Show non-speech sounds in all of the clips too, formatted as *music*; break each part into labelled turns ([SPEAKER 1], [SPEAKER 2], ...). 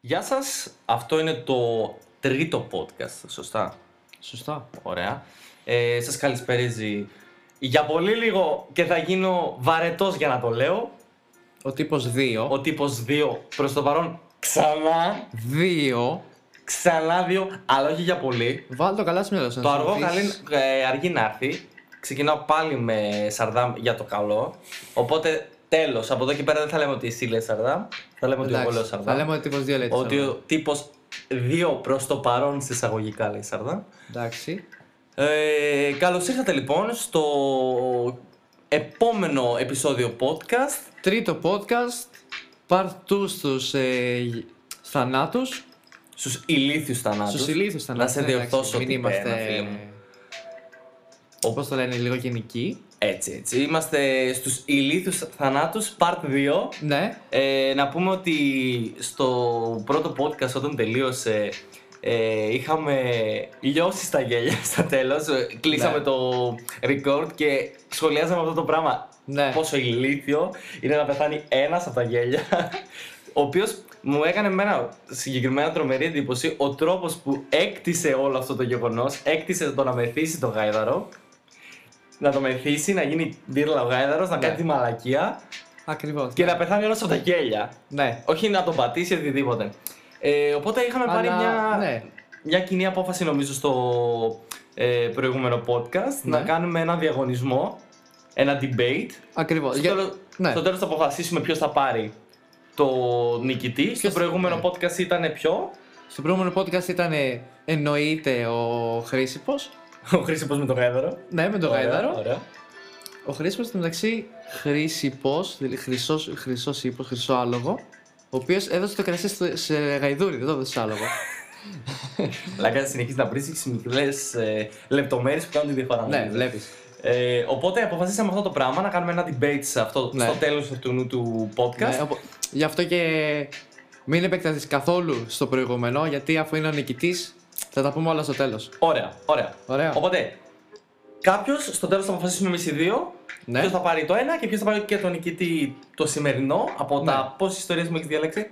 [SPEAKER 1] Γεια σας, αυτό είναι το τρίτο podcast, σωστά.
[SPEAKER 2] Σωστά.
[SPEAKER 1] Ωραία. Ε, σας καλησπέριζει για πολύ λίγο και θα γίνω βαρετός για να το λέω.
[SPEAKER 2] Ο τύπος 2.
[SPEAKER 1] Ο τύπος 2 προς το παρόν ξανά,
[SPEAKER 2] 2.
[SPEAKER 1] ξανά 2, αλλά όχι για πολύ.
[SPEAKER 2] Βάλ το καλά στο μυαλό σου.
[SPEAKER 1] Το
[SPEAKER 2] να
[SPEAKER 1] αργό
[SPEAKER 2] συνηθίσεις.
[SPEAKER 1] καλή, ε, αργεί να έρθει. Ξεκινάω πάλι με Σαρδάμ για το καλό. Οπότε τέλος, από εδώ και πέρα δεν θα λέμε ότι εσύ λες Σαρδάμ. Θα λέμε ότι εγώ λέω
[SPEAKER 2] Εντάξει,
[SPEAKER 1] Σαρδάμ.
[SPEAKER 2] Θα λέμε ότι τύπος 2 λέει. τη
[SPEAKER 1] Ότι
[SPEAKER 2] Σαρδάμ.
[SPEAKER 1] ο τύπος 2 προς το παρόν σε εισαγωγικά λέει Σαρδάμ.
[SPEAKER 2] Εντάξει.
[SPEAKER 1] Ε, καλώς ήρθατε λοιπόν στο επόμενο επεισόδιο podcast.
[SPEAKER 2] Τρίτο podcast. Part 2 στους ε, θανάτους.
[SPEAKER 1] Στους ηλίθιους θανάτους.
[SPEAKER 2] Στους ηλίθου θανάτου.
[SPEAKER 1] Να σε διορθώσω
[SPEAKER 2] ναι, Μην
[SPEAKER 1] ότι πέρα, φίλε
[SPEAKER 2] είμαστε.
[SPEAKER 1] μου.
[SPEAKER 2] Όπω το λένε, λίγο γενικοί.
[SPEAKER 1] Έτσι, έτσι. Είμαστε στους ηλίθιους θανάτους, part 2.
[SPEAKER 2] Ναι.
[SPEAKER 1] Ε, να πούμε ότι στο πρώτο podcast όταν τελείωσε ε, είχαμε λιώσεις στα γέλια *laughs* στα τέλος. Ε, Κλείσαμε
[SPEAKER 2] Ναι.
[SPEAKER 1] το record και σχολιάζαμε αυτό το πράγμα.
[SPEAKER 2] Ναι.
[SPEAKER 1] Πόσο ηλίθιο είναι να πεθάνει ένας από τα γέλια. Ο οποίος μου έκανε εμένα συγκεκριμένα τρομερή εντύπωση ο τρόπος που έκτισε όλο αυτό το γεγονός, έκτισε το να μεθύσει το γάιδαρο, να το μεθύσει, να γίνει δίρλα ο γάιδαρος, να
[SPEAKER 2] Ναι.
[SPEAKER 1] κάνει τη μαλακία
[SPEAKER 2] Ακριβώς.
[SPEAKER 1] και να πεθάνει όλος από τα γέλια.
[SPEAKER 2] Ναι.
[SPEAKER 1] Όχι να τον πατήσει οτιδήποτε. Ε, οπότε είχαμε πάρει
[SPEAKER 2] Αλλά,
[SPEAKER 1] μια,
[SPEAKER 2] ναι.
[SPEAKER 1] μια κοινή απόφαση νομίζω στο ε, προηγούμενο podcast
[SPEAKER 2] Ναι.
[SPEAKER 1] να κάνουμε ένα διαγωνισμό, ένα debate.
[SPEAKER 2] Ακριβώς.
[SPEAKER 1] Στο, τέλος,
[SPEAKER 2] Ναι.
[SPEAKER 1] στο τέλος θα αποφασίσουμε ποιος θα πάρει το νικητή. στο
[SPEAKER 2] Ποιος-
[SPEAKER 1] προηγούμενο
[SPEAKER 2] ναι.
[SPEAKER 1] podcast ήταν ποιο.
[SPEAKER 2] Στο προηγούμενο podcast ήταν ε, εννοείται ο Χρήσιπος.
[SPEAKER 1] Ο Χρήσιπος με το γάιδαρο.
[SPEAKER 2] Ναι, με τον
[SPEAKER 1] Ωραία,
[SPEAKER 2] Γαϊδάρο.
[SPEAKER 1] Ωραία.
[SPEAKER 2] Ο Χρήσιμο στην μεταξύ χρήσιπος, δηλαδή χρυσός χρυσός ύπο, χρυσό άλογο, ο οποίος έδωσε το κρασί στο, σε γαϊδούρι, δεν το έδωσε σε άλογο.
[SPEAKER 1] Λάκα συνεχίζει να βρίσκει μικρές ε, λεπτομέρειες που κάνουν τη διαφορά.
[SPEAKER 2] ναι,
[SPEAKER 1] νομίζω.
[SPEAKER 2] βλέπεις.
[SPEAKER 1] Ε, οπότε αποφασίσαμε αυτό το πράγμα να κάνουμε ένα debate σε αυτό,
[SPEAKER 2] Ναι.
[SPEAKER 1] στο τέλος του, του podcast.
[SPEAKER 2] γι' αυτό και μην επεκταθεί καθόλου στο προηγούμενο, γιατί αφού είναι ο νικητής, θα τα πούμε όλα στο τέλος.
[SPEAKER 1] Ωραία, ωραία.
[SPEAKER 2] Ωραία.
[SPEAKER 1] Οπότε, κάποιος στο τέλος θα αποφασίσουμε εμείς οι δύο.
[SPEAKER 2] Ναι.
[SPEAKER 1] Ποιος θα πάρει το ένα και ποιος θα πάρει και τον νικητή το σημερινό από τα
[SPEAKER 2] Ναι.
[SPEAKER 1] πόσες ιστορίες μου έχεις διαλέξει.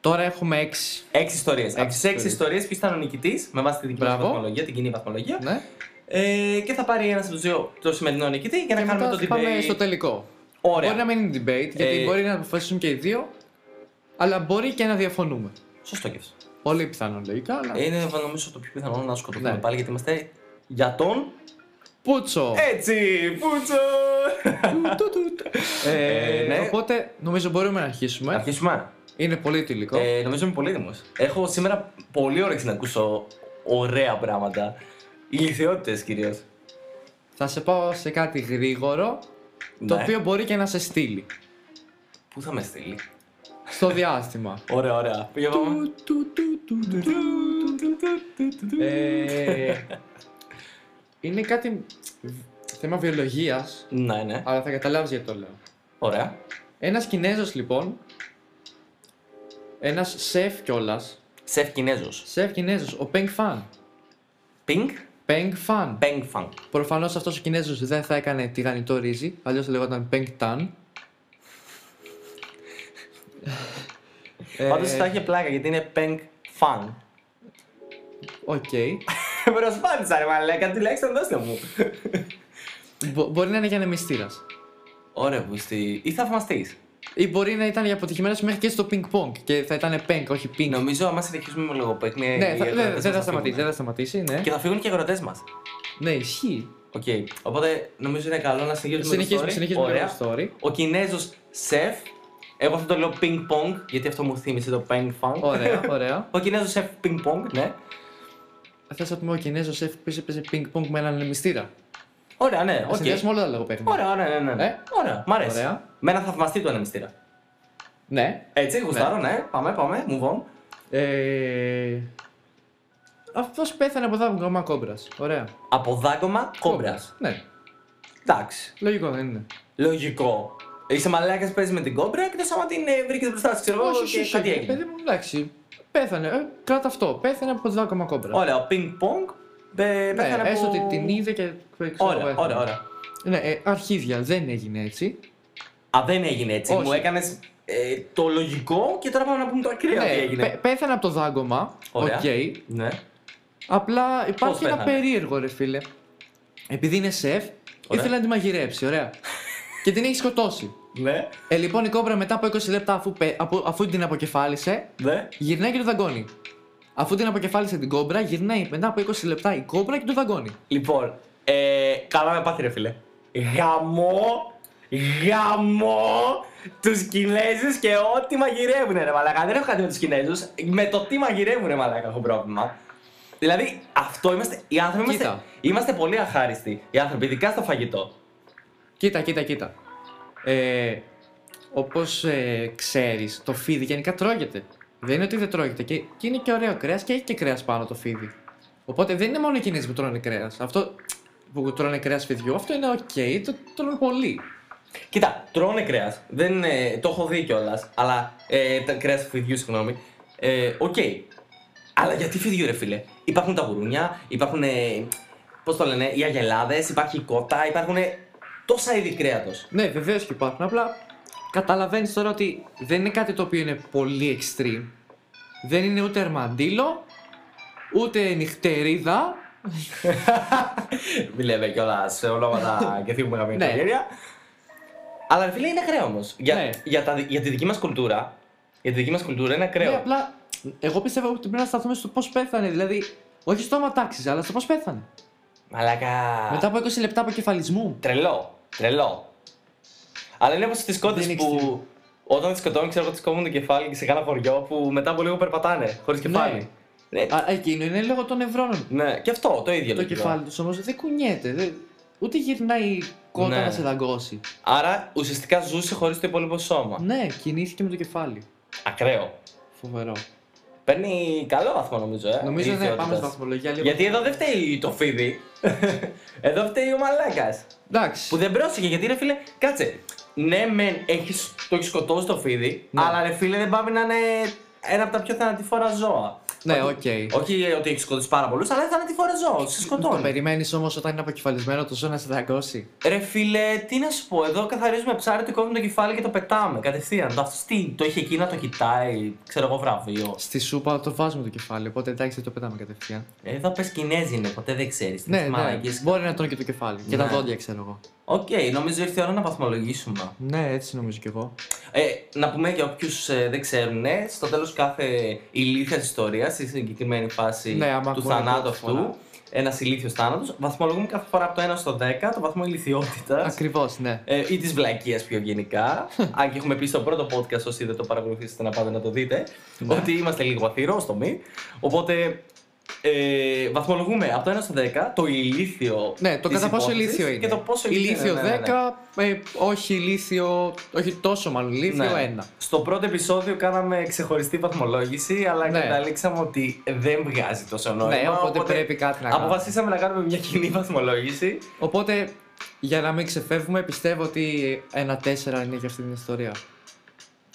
[SPEAKER 2] Τώρα έχουμε έξι.
[SPEAKER 1] Έξι ιστορίες. Από
[SPEAKER 2] Έξι
[SPEAKER 1] τις έξι
[SPEAKER 2] ιστορίες.
[SPEAKER 1] ιστορίες, ποιος ήταν ο νικητής, με βάση τη δική μας
[SPEAKER 2] Μπράβο.
[SPEAKER 1] βαθμολογία, την κοινή βαθμολογία.
[SPEAKER 2] Ναι.
[SPEAKER 1] Ε, και θα πάρει ένας από τους δύο το σημερινό νικητή για να
[SPEAKER 2] Και
[SPEAKER 1] κάνουμε
[SPEAKER 2] μετά
[SPEAKER 1] το debate.
[SPEAKER 2] πάμε στο τελικό.
[SPEAKER 1] Ωραία.
[SPEAKER 2] Μπορεί να μην είναι debate, γιατί
[SPEAKER 1] Ε,
[SPEAKER 2] μπορεί να αποφασίσουν και οι δύο, αλλά μπορεί και να διαφωνούμε.
[SPEAKER 1] Σωστό και αυτό.
[SPEAKER 2] Πολύ πιθανόν λογικά, αλλά.
[SPEAKER 1] Είναι νομίζω το πιο πιθανό να σκοτωθούμε
[SPEAKER 2] Ναι.
[SPEAKER 1] πάλι γιατί είμαστε για τον.
[SPEAKER 2] Πούτσο!
[SPEAKER 1] ε, Έτσι! Πούτσο!
[SPEAKER 2] Του, του, του.
[SPEAKER 1] Ε,
[SPEAKER 2] Ε,
[SPEAKER 1] ναι.
[SPEAKER 2] Οπότε νομίζω μπορούμε να αρχίσουμε.
[SPEAKER 1] Αρχίσουμε.
[SPEAKER 2] Είναι πολύ τυλικό.
[SPEAKER 1] Ε, νομίζω είμαι πολύ έτοιμος. Έχω σήμερα πολύ όρεξη να ακούσω ωραία πράγματα. Ηλικιότητες κυρίως.
[SPEAKER 2] Θα σε πάω σε κάτι γρήγορο, το
[SPEAKER 1] Ναι.
[SPEAKER 2] οποίο μπορεί και να σε στείλει
[SPEAKER 1] Πού θα με στείλει.
[SPEAKER 2] στο διάστημα.
[SPEAKER 1] Ωραία, ωραία. Πήγα πάμε.
[SPEAKER 2] Του, του, του, του, του, του, του, του. Ε, Είναι κάτι θέμα βιολογίας,
[SPEAKER 1] Ναι, ναι.
[SPEAKER 2] αλλά θα καταλάβεις γιατί το λέω.
[SPEAKER 1] Ωραία.
[SPEAKER 2] Ένας Κινέζος λοιπόν, ένας σεφ κιόλας,
[SPEAKER 1] Σεφ Κινέζος.
[SPEAKER 2] σεφ Κινέζος, ο Πενγκ Φαν.
[SPEAKER 1] Πινκ
[SPEAKER 2] Πενγκ Φαν.
[SPEAKER 1] Πενγκ Φαν.
[SPEAKER 2] Προφανώς αυτός ο Κινέζος δεν θα έκανε τηγανιτό ρύζι, αλλιώς θα λεγόταν Peng Tan. Ε,
[SPEAKER 1] Πάντως θα είχε πλάκα γιατί είναι Πενγκ
[SPEAKER 2] *laughs*
[SPEAKER 1] Φαν.
[SPEAKER 2] Οκ.
[SPEAKER 1] Προσπάθησα, ρε μαλάκα, τουλάχιστον δώστε μου.
[SPEAKER 2] Μπο- μπορεί να είναι για ανεμιστήρα.
[SPEAKER 1] Ωραία, που στη. ή θαυμαστή.
[SPEAKER 2] Ή μπορεί να ήταν για αποτυχημένες μέχρι και στο ping pong και θα ήταν Peng, όχι Ping.
[SPEAKER 1] Νομίζω Ε, άμα συνεχίσουμε με λογοπαίγνια.
[SPEAKER 2] ναι,
[SPEAKER 1] οι
[SPEAKER 2] θα-
[SPEAKER 1] ακροατές
[SPEAKER 2] δεν
[SPEAKER 1] μας
[SPEAKER 2] δεν θα σταματήσει,
[SPEAKER 1] φύγουν.
[SPEAKER 2] δεν θα σταματήσει, ναι.
[SPEAKER 1] Και θα φύγουν και οι αγροτές μας.
[SPEAKER 2] Ναι, ισχύει.
[SPEAKER 1] Οκ. Οπότε νομίζω είναι καλό να συνεχίσουμε το
[SPEAKER 2] Συνεχίζουμε,
[SPEAKER 1] story.
[SPEAKER 2] συνεχίζουμε
[SPEAKER 1] Ωραία.
[SPEAKER 2] το story.
[SPEAKER 1] Ο Κινέζος σεφ. Εγώ αυτό το λέω ping pong, γιατί αυτό μου θύμισε το ping pong.
[SPEAKER 2] Ωραία, ωραία.
[SPEAKER 1] Ο Κινέζος σεφ ping pong, ναι.
[SPEAKER 2] Θες να πούμε ο Κινέζος σεφ που έπαιζε ping pong με έναν ανεμιστήρα.
[SPEAKER 1] Ωραία, ναι,
[SPEAKER 2] Okay.
[SPEAKER 1] οκ.
[SPEAKER 2] Συνδυάσουμε όλα τα λογοπαίγνια.
[SPEAKER 1] Ωραία, ωραία, ναι, ναι.
[SPEAKER 2] Ε,
[SPEAKER 1] Ωραία, μ' αρέσει.
[SPEAKER 2] ωραία.
[SPEAKER 1] Με ένα θαυμαστή του ανεμιστήρα.
[SPEAKER 2] Ναι,
[SPEAKER 1] Έτσι, γουστάρω, ναι. Πάμε, πάμε, move on.
[SPEAKER 2] Ε, Αυτός πέθανε από δάγκωμα κόμπρας. Ωραία.
[SPEAKER 1] Από δάγκωμα κόμπρας.
[SPEAKER 2] Ναι,
[SPEAKER 1] Εντάξει.
[SPEAKER 2] λογικό δεν είναι.
[SPEAKER 1] Λογικό. Είσαι μαλάκας παίζεις με την κόμπρα εκτό άμα την ε, βρήκες μπροστά σου, ξέρω εγώ, και κάτι
[SPEAKER 2] Παιδί
[SPEAKER 1] έγινε.
[SPEAKER 2] μου, εντάξει. Πέθανε. Ε, κράτα αυτό. Πέθανε από δάγκωμα κόμπρα.
[SPEAKER 1] Ωραία, ο ping pong. ε,
[SPEAKER 2] Ναι,
[SPEAKER 1] Πέθανε από...
[SPEAKER 2] έστω ότι την είδε και. ξέρω,
[SPEAKER 1] Ωραία,
[SPEAKER 2] πέθανε.
[SPEAKER 1] ωραία, ωραία.
[SPEAKER 2] Ναι, ε, αρχίδια δεν έγινε έτσι.
[SPEAKER 1] Α, δεν έγινε έτσι.
[SPEAKER 2] Όχι.
[SPEAKER 1] Μου έκανες ε, το λογικό και τώρα πάμε να πούμε το ακραίο τι
[SPEAKER 2] Ναι,
[SPEAKER 1] έγινε.
[SPEAKER 2] πέ- πέθανε από το δάγκωμα. Οκ.
[SPEAKER 1] Ωραία. Ναι.
[SPEAKER 2] Απλά υπάρχει ένα
[SPEAKER 1] πέθανε?
[SPEAKER 2] περίεργο ρε φίλε. Επειδή είναι σεφ,
[SPEAKER 1] Ωραία.
[SPEAKER 2] ήθελε να τη μαγειρέψει, ωραία.
[SPEAKER 1] *laughs*
[SPEAKER 2] και την έχει σκοτώσει.
[SPEAKER 1] Ναι.
[SPEAKER 2] Ε, λοιπόν, η κόμπρα μετά από 20 λεπτά, αφού, πε- αφού- αφού την αποκεφάλισε,
[SPEAKER 1] Ναι.
[SPEAKER 2] γυρνάει και το δαγκώνει. Αφού την αποκεφάλισε την κόμπρα, γυρνάει μετά από 20 λεπτά η κόμπρα και το δαγκώνει.
[SPEAKER 1] Λοιπόν, ε, καλά με πάθει ρε φίλε. Γαμό, γαμό τους Κινέζους και ό,τι μαγειρεύουν ρε μαλάκα. Δεν έχω κάτι με τους Κινέζους. Με το τι μαγειρεύουν ρε μαλάκα έχω πρόβλημα. Δηλαδή, αυτό είμαστε, οι άνθρωποι είμαστε,
[SPEAKER 2] Κοίτα.
[SPEAKER 1] είμαστε πολύ αχάριστοι. Οι άνθρωποι, ειδικά στο φαγητό.
[SPEAKER 2] Κοίτα, κοίτα, κοίτα. Ε, Όπως ε, ξέρεις, το φίδι γενικά τρώγεται. Δεν είναι ότι δεν τρώγεται. Και, και είναι και ωραίο κρέας και έχει και κρέας πάνω το φίδι. Οπότε δεν είναι μόνο οι Κινέζοι που τρώνε κρέας. Αυτό που τρώνε κρέας φιδιού, αυτό είναι οκ, το τρώνε πολύ.
[SPEAKER 1] Κοίτα, τρώνε κρέας. Δεν, ε, το έχω δει κιόλας. Αλλά. Ε, τα κρέας φιδιού, συγγνώμη. Ε, Οκ. Αλλά γιατί φιδιού, ρε φίλε. Υπάρχουν τα γουρούνια, υπάρχουν. Ε, Πώς το λένε, οι αγελάδες, υπάρχει η κότα, υπάρχουν ε, τόσα είδη κρέατος.
[SPEAKER 2] Ναι, βεβαίως και υπάρχουν. Απλά καταλαβαίνεις τώρα ότι δεν είναι κάτι το οποίο είναι πολύ extreme. Δεν είναι ούτε αρμαντίλο, ούτε νυχτερίδα.
[SPEAKER 1] Μιλάμε κιόλα σε
[SPEAKER 2] *laughs*
[SPEAKER 1] ονόματα και θύμου που
[SPEAKER 2] Ναι.
[SPEAKER 1] οικογένεια. Αλλά ρε φίλε είναι κρέα όμως. Για,
[SPEAKER 2] Ναι.
[SPEAKER 1] για, τα- για τη δική μας κουλτούρα. Για τη δική μας κουλτούρα είναι κρέο.
[SPEAKER 2] Ναι, απλά εγώ πιστεύω ότι πρέπει να σταθούμε στο πώς πέθανε. Δηλαδή, όχι στο άμα τάξιζε, αλλά στο πώς πέθανε.
[SPEAKER 1] Μαλακά.
[SPEAKER 2] Μετά από 20 λεπτά αποκεφαλισμού.
[SPEAKER 1] Τρελό. Τρελό. Αλλά είναι όπως τι κότες
[SPEAKER 2] Δεν
[SPEAKER 1] που όταν τις σκοτώνουν, ξέρω εγώ, τις κόβουν το κεφάλι και σε κάνα χωριό που μετά από λίγο περπατάνε χωρίς κεφάλι. Ναι.
[SPEAKER 2] Α, εκείνο είναι λόγω των νευρώνων.
[SPEAKER 1] ναι, και αυτό το ίδιο
[SPEAKER 2] Το
[SPEAKER 1] λογικό.
[SPEAKER 2] κεφάλι τους όμως δεν κουνιέται. δεν- Ούτε γυρνάει η κότα
[SPEAKER 1] Ναι.
[SPEAKER 2] να σε δαγκώσει.
[SPEAKER 1] Άρα ουσιαστικά ζούσε χωρίς το υπόλοιπο σώμα.
[SPEAKER 2] Ναι, κινήθηκε με το κεφάλι.
[SPEAKER 1] Ακραίο.
[SPEAKER 2] Φοβερό.
[SPEAKER 1] Παίρνει καλό βαθμό νομίζω. Ε,
[SPEAKER 2] Νομίζω ναι,
[SPEAKER 1] ηλικιότητας.
[SPEAKER 2] πάμε στη βαθμολογία λίγο.
[SPEAKER 1] Γιατί εδώ δεν φταίει το
[SPEAKER 2] *laughs*
[SPEAKER 1] φίδι. εδώ φταίει ο μαλάκας.
[SPEAKER 2] Εντάξει.
[SPEAKER 1] Που δεν πρόσεχε, γιατί ρε φίλε, κάτσε. Ναι, μεν έχεις, το έχεις σκοτώσει το φίδι,
[SPEAKER 2] Ναι.
[SPEAKER 1] αλλά ρε φίλε δεν πάει να είναι ένα από τα πιο θανατηφόρα ζώα.
[SPEAKER 2] Ναι,
[SPEAKER 1] Ότι-
[SPEAKER 2] οκ.
[SPEAKER 1] Όχι ε, ότι έχεις σκοτώσει πάρα πολλούς, αλλά θανατηφόρα ζώα. Σε
[SPEAKER 2] Το
[SPEAKER 1] σκοτώνει.
[SPEAKER 2] περιμένεις όμως όταν είναι αποκεφαλισμένο το ζώο να σε δαγκώσει.
[SPEAKER 1] Ρε φίλε, τι να σου πω, εδώ καθαρίζουμε ψάρι, του κόβουμε το κεφάλι και το πετάμε κατευθείαν. Το αυτό τι, το είχε εκεί να το κοιτάει, ξέρω εγώ βραβείο.
[SPEAKER 2] Στη σούπα το βάζουμε το κεφάλι, οπότε εντάξει δεν το πετάμε κατευθείαν.
[SPEAKER 1] Ε, Εδώ πες Κινέζοι είναι, ποτέ δεν ξέρεις.
[SPEAKER 2] Ναι, ναι, μπορεί να τρώνε και το κεφάλι. Και τα
[SPEAKER 1] Ναι.
[SPEAKER 2] δόντια, ξέρω εγώ.
[SPEAKER 1] Οκ, νομίζω ήρθε η ώρα να βαθμολογήσουμε.
[SPEAKER 2] Ναι, έτσι νομίζω κι εγώ.
[SPEAKER 1] Ε, να πούμε για όποιους δεν ξέρουν, στο τέλος κάθε ηλίθιας ιστορίας, στη συγκεκριμένη φάση
[SPEAKER 2] Ναι, άμα
[SPEAKER 1] του
[SPEAKER 2] ακούνε
[SPEAKER 1] θανάτου
[SPEAKER 2] πρώτη
[SPEAKER 1] αυτού,
[SPEAKER 2] φορά.
[SPEAKER 1] ένας ηλίθιος θάνατος, βαθμολογούμε κάθε φορά από το 1 στο 10 το βαθμό ηλικιότητας
[SPEAKER 2] Ακριβώς, ναι.
[SPEAKER 1] ε, ή της βλακείας πιο
[SPEAKER 2] *laughs*
[SPEAKER 1] ευγενικά. αν και έχουμε πει στο πρώτο podcast, όσοι δεν το παρακολουθήσετε, να πάτε να το δείτε,
[SPEAKER 2] Ναι.
[SPEAKER 1] ότι είμαστε λίγο αθυρόστομοι. Οπότε ε, βαθμολογούμε από το 1 στο 10 το ηλίθιο.
[SPEAKER 2] Ναι, το
[SPEAKER 1] της
[SPEAKER 2] κατά πόσο
[SPEAKER 1] υπόθεσης
[SPEAKER 2] ηλίθιο είναι.
[SPEAKER 1] Και το πόσο ηλίθιο,
[SPEAKER 2] ηλίθιο
[SPEAKER 1] ναι, ναι, ναι.
[SPEAKER 2] 10, ε, όχι ηλίθιο. Όχι τόσο μάλλον, ηλίθιο
[SPEAKER 1] Ναι.
[SPEAKER 2] 1.
[SPEAKER 1] Στο πρώτο επεισόδιο κάναμε ξεχωριστή βαθμολόγηση, αλλά
[SPEAKER 2] Ναι.
[SPEAKER 1] καταλήξαμε ότι δεν βγάζει τόσο νόημα.
[SPEAKER 2] Ναι, οπότε, πρέπει κάτι να κάνουμε.
[SPEAKER 1] Αποφασίσαμε να κάνουμε μια κοινή βαθμολόγηση.
[SPEAKER 2] Οπότε, για να μην ξεφεύγουμε, πιστεύω ότι ένα 4 είναι για αυτή την ιστορία.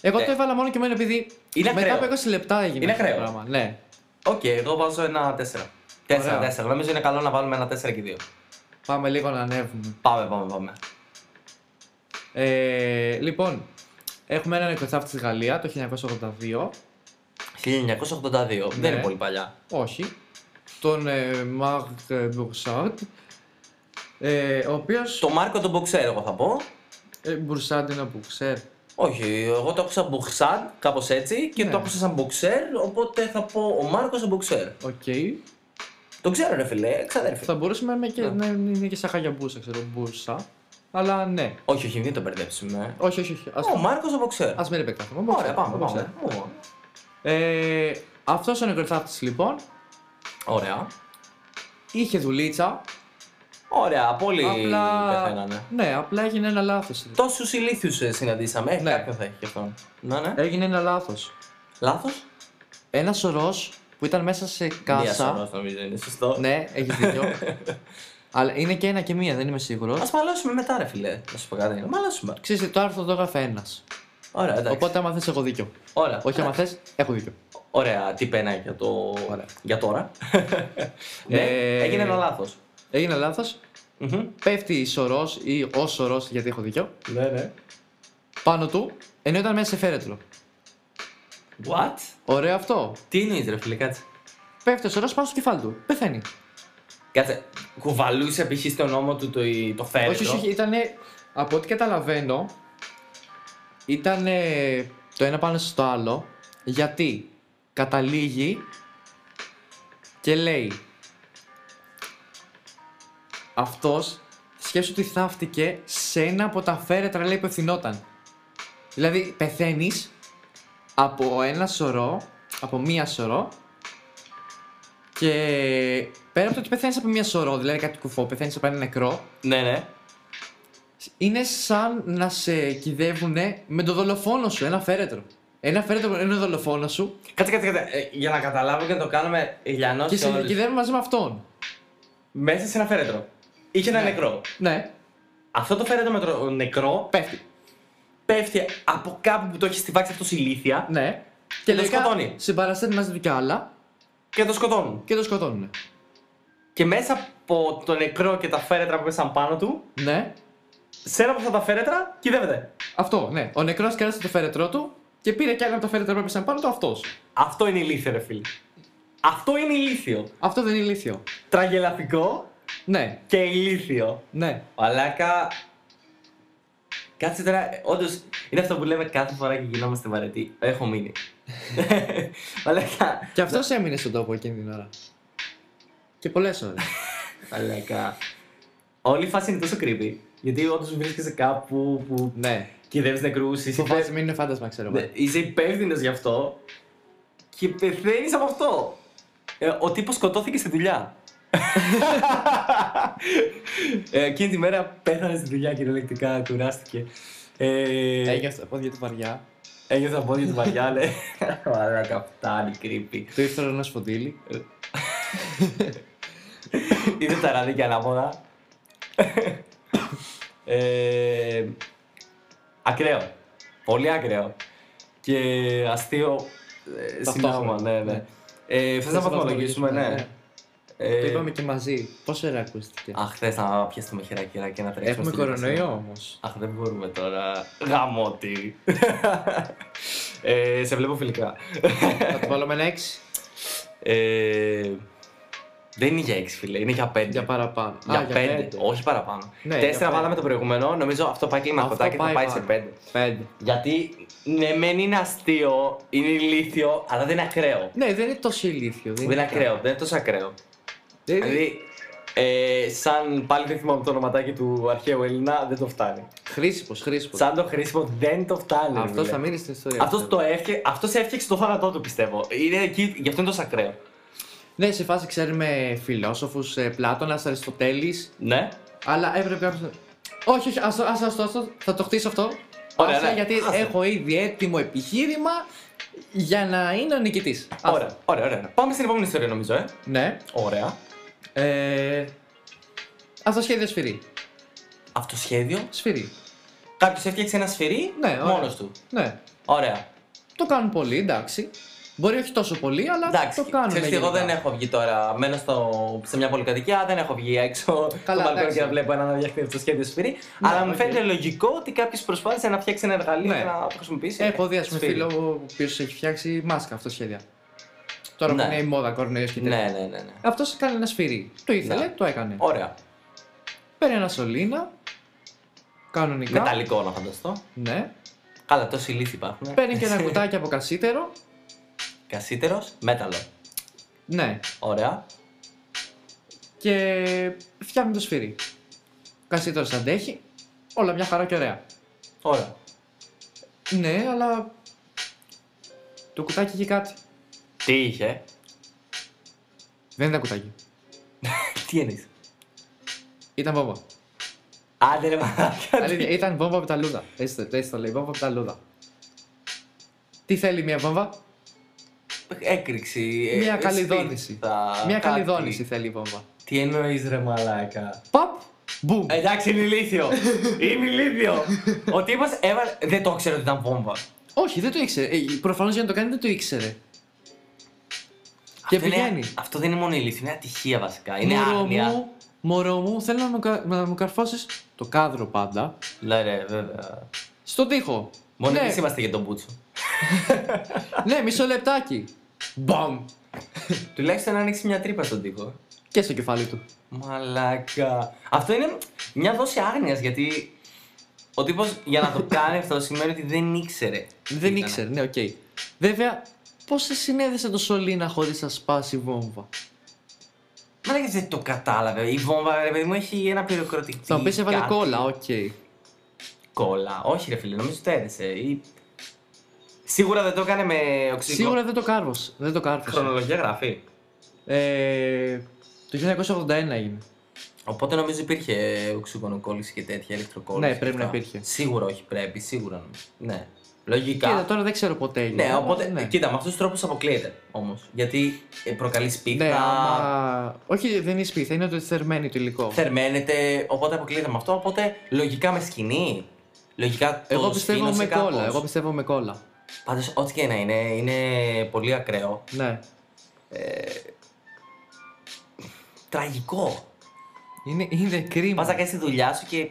[SPEAKER 2] Εγώ
[SPEAKER 1] Ναι.
[SPEAKER 2] το έβαλα μόνο και μόνο επειδή
[SPEAKER 1] Είναι
[SPEAKER 2] μετά
[SPEAKER 1] ακραίο.
[SPEAKER 2] από 20 λεπτά έγινε
[SPEAKER 1] Είναι
[SPEAKER 2] αυτό το
[SPEAKER 1] ακραίο.
[SPEAKER 2] πράγμα. Ναι.
[SPEAKER 1] Οκ, εγώ βάζω ένα 4. 4-4. Νομίζω είναι καλό να βάλουμε ένα 4 και 2.
[SPEAKER 2] Πάμε λίγο να ανέβουμε.
[SPEAKER 1] Πάμε, πάμε, πάμε.
[SPEAKER 2] Ε, λοιπόν, έχουμε έναν οικοθάφτη στη Γαλλία το 1982.
[SPEAKER 1] 1982.
[SPEAKER 2] Ναι.
[SPEAKER 1] Δεν είναι πολύ παλιά.
[SPEAKER 2] Όχι. Τον ε, Μαρκ ε, Μπουρσάρτ. Ε, ο οποίος.
[SPEAKER 1] Το Μάρκο τον Μποξέρ, εγώ θα πω.
[SPEAKER 2] Ε, Μπουρσάρτ είναι που ξέρει.
[SPEAKER 1] Όχι, εγώ το άκουσα Μποξάν, κάπως έτσι, και
[SPEAKER 2] Ναι.
[SPEAKER 1] το άκουσα σαν Μποξέρ, οπότε θα πω ο Μάρκος ο Μποξέρ.
[SPEAKER 2] Οκ.
[SPEAKER 1] Τον ξέρω, ρε φιλέ, εξαδέρφη.
[SPEAKER 2] Θα μπορούσαμε να, είναι και,
[SPEAKER 1] Ναι.
[SPEAKER 2] να είναι και σαν χαγιαμπούσα, ξέρω, μπουρσα. Αλλά ναι.
[SPEAKER 1] Όχι, όχι, μην το μπερδέψουμε.
[SPEAKER 2] Όχι, όχι, όχι. Ας,
[SPEAKER 1] Ο Μάρκος ο Μποξέρ.
[SPEAKER 2] ας μην επεκταθούμε.
[SPEAKER 1] Ωραία, πάμε,
[SPEAKER 2] Μπουρσάρτ.
[SPEAKER 1] πάμε. Ω,
[SPEAKER 2] Ε, αυτός ο νεκροθάφτης λοιπόν
[SPEAKER 1] Ωραία.
[SPEAKER 2] είχε δουλίτσα.
[SPEAKER 1] Ωραία, πολύ
[SPEAKER 2] απλά...
[SPEAKER 1] πεθαίνανε.
[SPEAKER 2] Ναι, απλά έγινε ένα λάθος.
[SPEAKER 1] Τόσους ηλίθιους συναντήσαμε, ε,
[SPEAKER 2] Ναι. Ε,
[SPEAKER 1] κάποιον θα έχει και αυτόν. Ναι, ναι.
[SPEAKER 2] Έγινε ένα λάθος.
[SPEAKER 1] Λάθος.
[SPEAKER 2] Ένας σωρός που ήταν μέσα σε κάσα.
[SPEAKER 1] Διασωρός νομίζω είναι σωστό.
[SPEAKER 2] Ναι, έχει
[SPEAKER 1] *laughs*
[SPEAKER 2] δίκιο. Αλλά είναι και ένα και μία, δεν είμαι σίγουρος.
[SPEAKER 1] Ας μαλώσουμε μετά ρε φιλέ, να σου πω κάτι. Να μαλώσουμε.
[SPEAKER 2] Ξέρετε, το άρθρο το έγραφε ένας.
[SPEAKER 1] Ωραία, εντάξει.
[SPEAKER 2] Οπότε, άμα θες, έχω δίκιο.
[SPEAKER 1] Ωραία.
[SPEAKER 2] Όχι, άμα θες, έχω δίκιο.
[SPEAKER 1] Ωραία, τι πένα για, το...
[SPEAKER 2] Ωραία.
[SPEAKER 1] για
[SPEAKER 2] *laughs*
[SPEAKER 1] τώρα. ναι,
[SPEAKER 2] Ε,
[SPEAKER 1] έγινε ένα λάθος.
[SPEAKER 2] Έγινε λάθος.
[SPEAKER 1] Μμμ.
[SPEAKER 2] Πέφτει η σωρός ή ο σωρός, γιατί έχω δίκιο.
[SPEAKER 1] Ναι, ναι.
[SPEAKER 2] πάνω του, ενώ ήταν μέσα σε φέρετρο.
[SPEAKER 1] What?
[SPEAKER 2] Ωραίο αυτό.
[SPEAKER 1] Τι εννοείς, ρε φίλε, κάτσε.
[SPEAKER 2] Πέφτει ο σωρός πάνω στο κεφάλι του. Πεθαίνει.
[SPEAKER 1] Κάτσε. Κουβαλούσε π.χ. στον ώμο του το, το φέρετρο.
[SPEAKER 2] Όχι, όχι, όχι, ήταν. Από ό,τι καταλαβαίνω, ήταν το ένα πάνω στο άλλο. Γιατί καταλήγει και λέει. Αυτός σκέψου ότι θαύτηκε σε ένα από τα φέρετρα λέει που ευθυνόταν. Δηλαδή πεθαίνεις από ένα σωρό, από μία σωρό και πέρα από το ότι πεθαίνεις από μία σωρό, δηλαδή κάτι κουφό, πεθαίνεις από ένα νεκρό,
[SPEAKER 1] Ναι, ναι.
[SPEAKER 2] είναι σαν να σε κυδεύουν με τον δολοφόνο σου, ένα φέρετρο. Ένα φέρετρο είναι ο δολοφόνο σου
[SPEAKER 1] Κάτσε, κάτσε, κάτσε. Ε, για να καταλάβω και να το κάνουμε λιανό
[SPEAKER 2] και
[SPEAKER 1] σε
[SPEAKER 2] σε
[SPEAKER 1] όλους.
[SPEAKER 2] κυδεύουν μαζί με αυτόν.
[SPEAKER 1] Μέσα σε ένα φέρετρο. Είχε ένα
[SPEAKER 2] Ναι.
[SPEAKER 1] νεκρό.
[SPEAKER 2] Ναι,
[SPEAKER 1] Αυτό το φέρετρο με το νεκρό
[SPEAKER 2] πέφτει.
[SPEAKER 1] πέφτει από κάπου που το έχει στιβάξει αυτό η ηλίθεια
[SPEAKER 2] Ναι.
[SPEAKER 1] Και
[SPEAKER 2] Και
[SPEAKER 1] το
[SPEAKER 2] λογικά
[SPEAKER 1] σκοτώνει.
[SPEAKER 2] συμπαρασταίνει μαζί του κι άλλα
[SPEAKER 1] και το σκοτώνουν.
[SPEAKER 2] και το σκοτώνουν.
[SPEAKER 1] Και μέσα από το νεκρό και τα φέρετρα που πέσαν πάνω του,
[SPEAKER 2] Ναι,
[SPEAKER 1] σε ένα από αυτά τα φέρετρα κυδεύεται.
[SPEAKER 2] Αυτό, ναι. Ο νεκρός κέρδισε το φέρετρό του και πήρε κι άλλο από το φέρετρο που έπεσε πάνω του αυτός.
[SPEAKER 1] Αυτό είναι ηλίθιο, ρε φίλε. Αυτό είναι ηλίθιο.
[SPEAKER 2] Αυτό δεν είναι ηλίθιο.
[SPEAKER 1] Τραγελαφικό
[SPEAKER 2] Ναι,
[SPEAKER 1] και ηλίθιο.
[SPEAKER 2] ναι.
[SPEAKER 1] Παλάκα. Κάτσε τώρα, όντως είναι αυτό που λέμε κάθε φορά και γινόμαστε βαρετοί. Έχω *laughs* μείνει. Παλάκα.
[SPEAKER 2] Και αυτός έμεινε στον τόπο εκείνη την ώρα. Και πολλές ώρες.
[SPEAKER 1] Παλάκα. Όλη η φάση είναι τόσο creepy. Γιατί όντως βρίσκεσαι κάπου που
[SPEAKER 2] ναι.
[SPEAKER 1] κυδεύει νεκρούς, είσαι,
[SPEAKER 2] Φοβάσαι μην είναι φάντασμα, ξέρω
[SPEAKER 1] Ναι.
[SPEAKER 2] εγώ.
[SPEAKER 1] υπεύθυνος γι' αυτό και πεθαίνεις από αυτό. Ε, ο τύπος σκοτώθηκε στη δουλειά. ε, εκείνη τη μέρα πέθανε στη δουλειά κυριολεκτικά, κουράστηκε. Ε,
[SPEAKER 2] Έγινε στα πόδια του βαριά.
[SPEAKER 1] Ένιωθα πόδια του ναι. βαριά, λέει. Μαλάκα, φτάνει, creepy.
[SPEAKER 2] Του ήρθε ένα σφοντήλι.
[SPEAKER 1] Είδε τα ραδίκια ανάποδα. ε, ακραίο. Πολύ ακραίο. Και αστείο. Ε,
[SPEAKER 2] Ταυτόχρονα.
[SPEAKER 1] συνάμα, ναι, ναι.
[SPEAKER 2] Ναι.
[SPEAKER 1] Ε, θες να βαθμολογήσουμε, ναι. Ε,
[SPEAKER 2] Το είπαμε και μαζί. Πόσο ωραία ακούστηκε.
[SPEAKER 1] Αχ, θες να πιάσουμε χεράκια και να τρέξουμε
[SPEAKER 2] Έχουμε
[SPEAKER 1] στην
[SPEAKER 2] κορονοϊό
[SPEAKER 1] επιστήμη.
[SPEAKER 2] όμως.
[SPEAKER 1] Αχ, δεν μπορούμε τώρα.
[SPEAKER 2] *laughs*
[SPEAKER 1] Γαμώτη. ε, σε βλέπω φιλικά.
[SPEAKER 2] Θα το βάλουμε ένα έξι.
[SPEAKER 1] Ε, δεν είναι για 6 φίλε, είναι για 5.
[SPEAKER 2] Για παραπάνω.
[SPEAKER 1] Για
[SPEAKER 2] Α,
[SPEAKER 1] πέντε, όχι παραπάνω.
[SPEAKER 2] Ναι, για
[SPEAKER 1] Τέσσερα
[SPEAKER 2] πέντε.
[SPEAKER 1] βάλαμε το προηγούμενο, νομίζω αυτό πάει κλιμακωτά
[SPEAKER 2] Αυτό
[SPEAKER 1] και θα πάει
[SPEAKER 2] πάει
[SPEAKER 1] σε
[SPEAKER 2] πάνω.
[SPEAKER 1] πέντε.
[SPEAKER 2] Πέντε.
[SPEAKER 1] Γιατί ναι, μεν είναι αστείο, είναι ηλίθιο, αλλά δεν είναι ακραίο.
[SPEAKER 2] Ναι, δεν είναι τόσο ηλίθιο.
[SPEAKER 1] Δεν είναι ακραίο, δεν είναι τόσο ακραίο.
[SPEAKER 2] Δεν είναι-
[SPEAKER 1] Δηλαδή, ε, σαν πάλι δεν θυμάμαι το ονοματάκι του αρχαίου Έλληνα, δεν το φτάνει.
[SPEAKER 2] Χρήσιμος, χρήσιμος.
[SPEAKER 1] Σαν το χρήσιμο δεν το φτάνει.
[SPEAKER 2] Αυτό θα μείνει στην ιστορία.
[SPEAKER 1] Αυτός το έφτιαξε, αυτός έφτιαξε το θάνατό του πιστεύω. Είναι εκεί, γι' αυτό είναι τόσο ακραίο.
[SPEAKER 2] Ναι, σε φάση ξέρουμε φιλόσοφους, Πλάτωνας, Αριστοτέλης,
[SPEAKER 1] Ναι.
[SPEAKER 2] αλλά έπρεπε κάποιο. Όχι, όχι, άστο, άστο, άστο, άστο, θα το χτίσω αυτό.
[SPEAKER 1] Ωραία,
[SPEAKER 2] Άσε,
[SPEAKER 1] ναι,
[SPEAKER 2] γιατί
[SPEAKER 1] άσε.
[SPEAKER 2] έχω ήδη έτοιμο επιχείρημα για να είναι ο νικητής.
[SPEAKER 1] Ωραία, ωραία, ωραία. Πάμε στην επόμενη ιστορία νομίζω, ε.
[SPEAKER 2] Ναι.
[SPEAKER 1] Ωραία.
[SPEAKER 2] Ε, αυτό σχέδιο σφυρί.
[SPEAKER 1] Αυτοσχέδιο.
[SPEAKER 2] Σφυρί.
[SPEAKER 1] Κάποιος έφτιαξε ένα σφυρί
[SPEAKER 2] Ναι, ωραία.
[SPEAKER 1] μόνος του.
[SPEAKER 2] Ναι.
[SPEAKER 1] Ωραία.
[SPEAKER 2] Το κάνουν πολλοί, εντάξει. Μπορεί όχι τόσο πολύ, αλλά
[SPEAKER 1] Εντάξει,
[SPEAKER 2] το κάνουν.
[SPEAKER 1] ξέρεις, και εγώ δεν έχω βγει τώρα. Μένω στο, σε μια πολυκατοικία, δεν έχω βγει έξω
[SPEAKER 2] Καλά,
[SPEAKER 1] το μπαλκόνι
[SPEAKER 2] εντάξει.
[SPEAKER 1] και να βλέπω έναν να φτιάχνει το σχέδιο σφυρί.
[SPEAKER 2] Ναι,
[SPEAKER 1] αλλά μου
[SPEAKER 2] οκ.
[SPEAKER 1] φαίνεται λογικό ότι κάποιος προσπάθησε να φτιάξει ένα εργαλείο
[SPEAKER 2] Ναι.
[SPEAKER 1] και να το χρησιμοποιήσει.
[SPEAKER 2] Έχω δει, ας πούμε,
[SPEAKER 1] Σφυρί.
[SPEAKER 2] φίλο ο οποίος έχει φτιάξει μάσκα αυτό σχέδια. Τώρα
[SPEAKER 1] Ναι.
[SPEAKER 2] που είναι η μόδα κορονοϊό και τέτοια.
[SPEAKER 1] Ναι, ναι, ναι. ναι.
[SPEAKER 2] Αυτό έκανε ένα σφυρί. Το ήθελε,
[SPEAKER 1] Ναι.
[SPEAKER 2] το έκανε.
[SPEAKER 1] Ωραία.
[SPEAKER 2] Παίρνει ένα σωλήνα. Κανονικά.
[SPEAKER 1] Μεταλλικό λοιπόν, να φανταστώ.
[SPEAKER 2] Ναι.
[SPEAKER 1] Καλά, τόσοι λύθοι υπάρχουν.
[SPEAKER 2] Παίρνει και
[SPEAKER 1] *laughs*
[SPEAKER 2] ένα κουτάκι από κασίτερο.
[SPEAKER 1] Κασίτερος, μέταλλο.
[SPEAKER 2] Ναι.
[SPEAKER 1] Ωραία.
[SPEAKER 2] Και φτιάχνει το σφυρί. Ο κασίτερος αντέχει. Όλα μια χαρά και ωραία.
[SPEAKER 1] Ωραία.
[SPEAKER 2] Ναι, αλλά. Το κουτάκι είχε κάτι.
[SPEAKER 1] Τι είχε.
[SPEAKER 2] Δεν ήταν κουτάκι.
[SPEAKER 1] Τι εννοείς.
[SPEAKER 2] Ήταν βόμβα.
[SPEAKER 1] Άντε ρε μαλάκα.
[SPEAKER 2] Αλήθεια, ήταν βόμβα από τα λούδα. Έτσι το, έτσι το λέει, βόμβα από τα λούδα. Τι θέλει μια βόμβα,
[SPEAKER 1] Έκρηξη. ε,
[SPEAKER 2] Μια καλή
[SPEAKER 1] σπίτι,
[SPEAKER 2] δόνηση.
[SPEAKER 1] τα-
[SPEAKER 2] μια
[SPEAKER 1] κάτι.
[SPEAKER 2] καλυδόνηση θέλει η βόμβα.
[SPEAKER 1] Τι εννοείς ρε μαλάκα.
[SPEAKER 2] Παπ! Μπούμ!
[SPEAKER 1] Εντάξει, είναι ηλίθιο. είναι ηλίθιο. Ο τύπος έβαλε. Δεν το ξέρω ότι ήταν βόμβα.
[SPEAKER 2] Όχι, δεν το ήξερε. Ε, Προφανώς για να το κάνει δεν το ήξερε. Και
[SPEAKER 1] Αυτό είναι-
[SPEAKER 2] πηγαίνει.
[SPEAKER 1] αυτό δεν είναι μόνο ηλίθιο, είναι ατυχία βασικά. Είναι
[SPEAKER 2] μωρό
[SPEAKER 1] άγνοια.
[SPEAKER 2] μου, μωρό μου, θέλω να μου, κα- να μου καρφώσεις το κάδρο πάντα.
[SPEAKER 1] Λέ, ρε, βέβαια.
[SPEAKER 2] στον τοίχο.
[SPEAKER 1] Μόνο
[SPEAKER 2] ναι,
[SPEAKER 1] εμείς είμαστε για τον Μπούτσο.
[SPEAKER 2] ναι, μισό λεπτάκι. Μπαμ!
[SPEAKER 1] Τουλάχιστον να ανοίξει μια τρύπα στον τοίχο.
[SPEAKER 2] Και στο κεφάλι του.
[SPEAKER 1] Μαλάκα. Αυτό είναι μια δόση άγνοιας γιατί ο τύπος για να το κάνει αυτό σημαίνει ότι δεν ήξερε. τι
[SPEAKER 2] Δεν
[SPEAKER 1] ήταν.
[SPEAKER 2] ήξερε, ναι, οκ. Βέβαια, πώς σε συνέδεσε το Σολίνα χωρίς να σπάσει βόμβα.
[SPEAKER 1] Μαλάκα δεν το κατάλαβε. Η βόμβα, ρε παιδί μου, έχει ένα πυροκροτική.
[SPEAKER 2] Θα μου πεις έβαλε
[SPEAKER 1] κάτι.
[SPEAKER 2] κόλλα, οκ.
[SPEAKER 1] Κόλλα. Όχι, ρε φίλε, νομίζω το έδεσε. Ή... Σίγουρα δεν το έκανε με οξυγόνο.
[SPEAKER 2] Σίγουρα δεν το κάρβωσε. Δεν το κάρβωσε.
[SPEAKER 1] Χρονολογία γράφει.
[SPEAKER 2] Ε, το 1981 έγινε.
[SPEAKER 1] Οπότε νομίζω υπήρχε οξυγονοκόλληση και τέτοια ηλεκτροκόλληση.
[SPEAKER 2] Ναι,
[SPEAKER 1] και
[SPEAKER 2] πρέπει να
[SPEAKER 1] αυτά.
[SPEAKER 2] υπήρχε.
[SPEAKER 1] Σίγουρα όχι, πρέπει, σίγουρα νομίζω. Ναι.
[SPEAKER 2] Κοίτα,
[SPEAKER 1] Λογικά.
[SPEAKER 2] τώρα δεν ξέρω ποτέ. έγινε,
[SPEAKER 1] Ναι,
[SPEAKER 2] αλλά
[SPEAKER 1] οπότε.
[SPEAKER 2] ναι.
[SPEAKER 1] Κοίτα, με αυτούς τους τρόπους αποκλείεται όμως. Γιατί ε, προκαλείς σπίτι,
[SPEAKER 2] Ναι, άμα... Όχι, δεν είναι σπίτι, είναι ότι θερμαίνει το υλικό.
[SPEAKER 1] θερμαίνεται, οπότε αποκλείεται με αυτό. Οπότε λογικά με σκηνή. Λογικά το
[SPEAKER 2] Εγώ πιστεύω
[SPEAKER 1] σπίνωσε
[SPEAKER 2] με
[SPEAKER 1] κάπως.
[SPEAKER 2] κόλλα. Εγώ πιστεύω με κόλλα.
[SPEAKER 1] Πάντως, ό,τι και να είναι, είναι πολύ ακραίο.
[SPEAKER 2] Ναι.
[SPEAKER 1] Ε, Τραγικό.
[SPEAKER 2] Είναι, είναι κρίμα.
[SPEAKER 1] Πας να κάνεις τη δουλειά σου και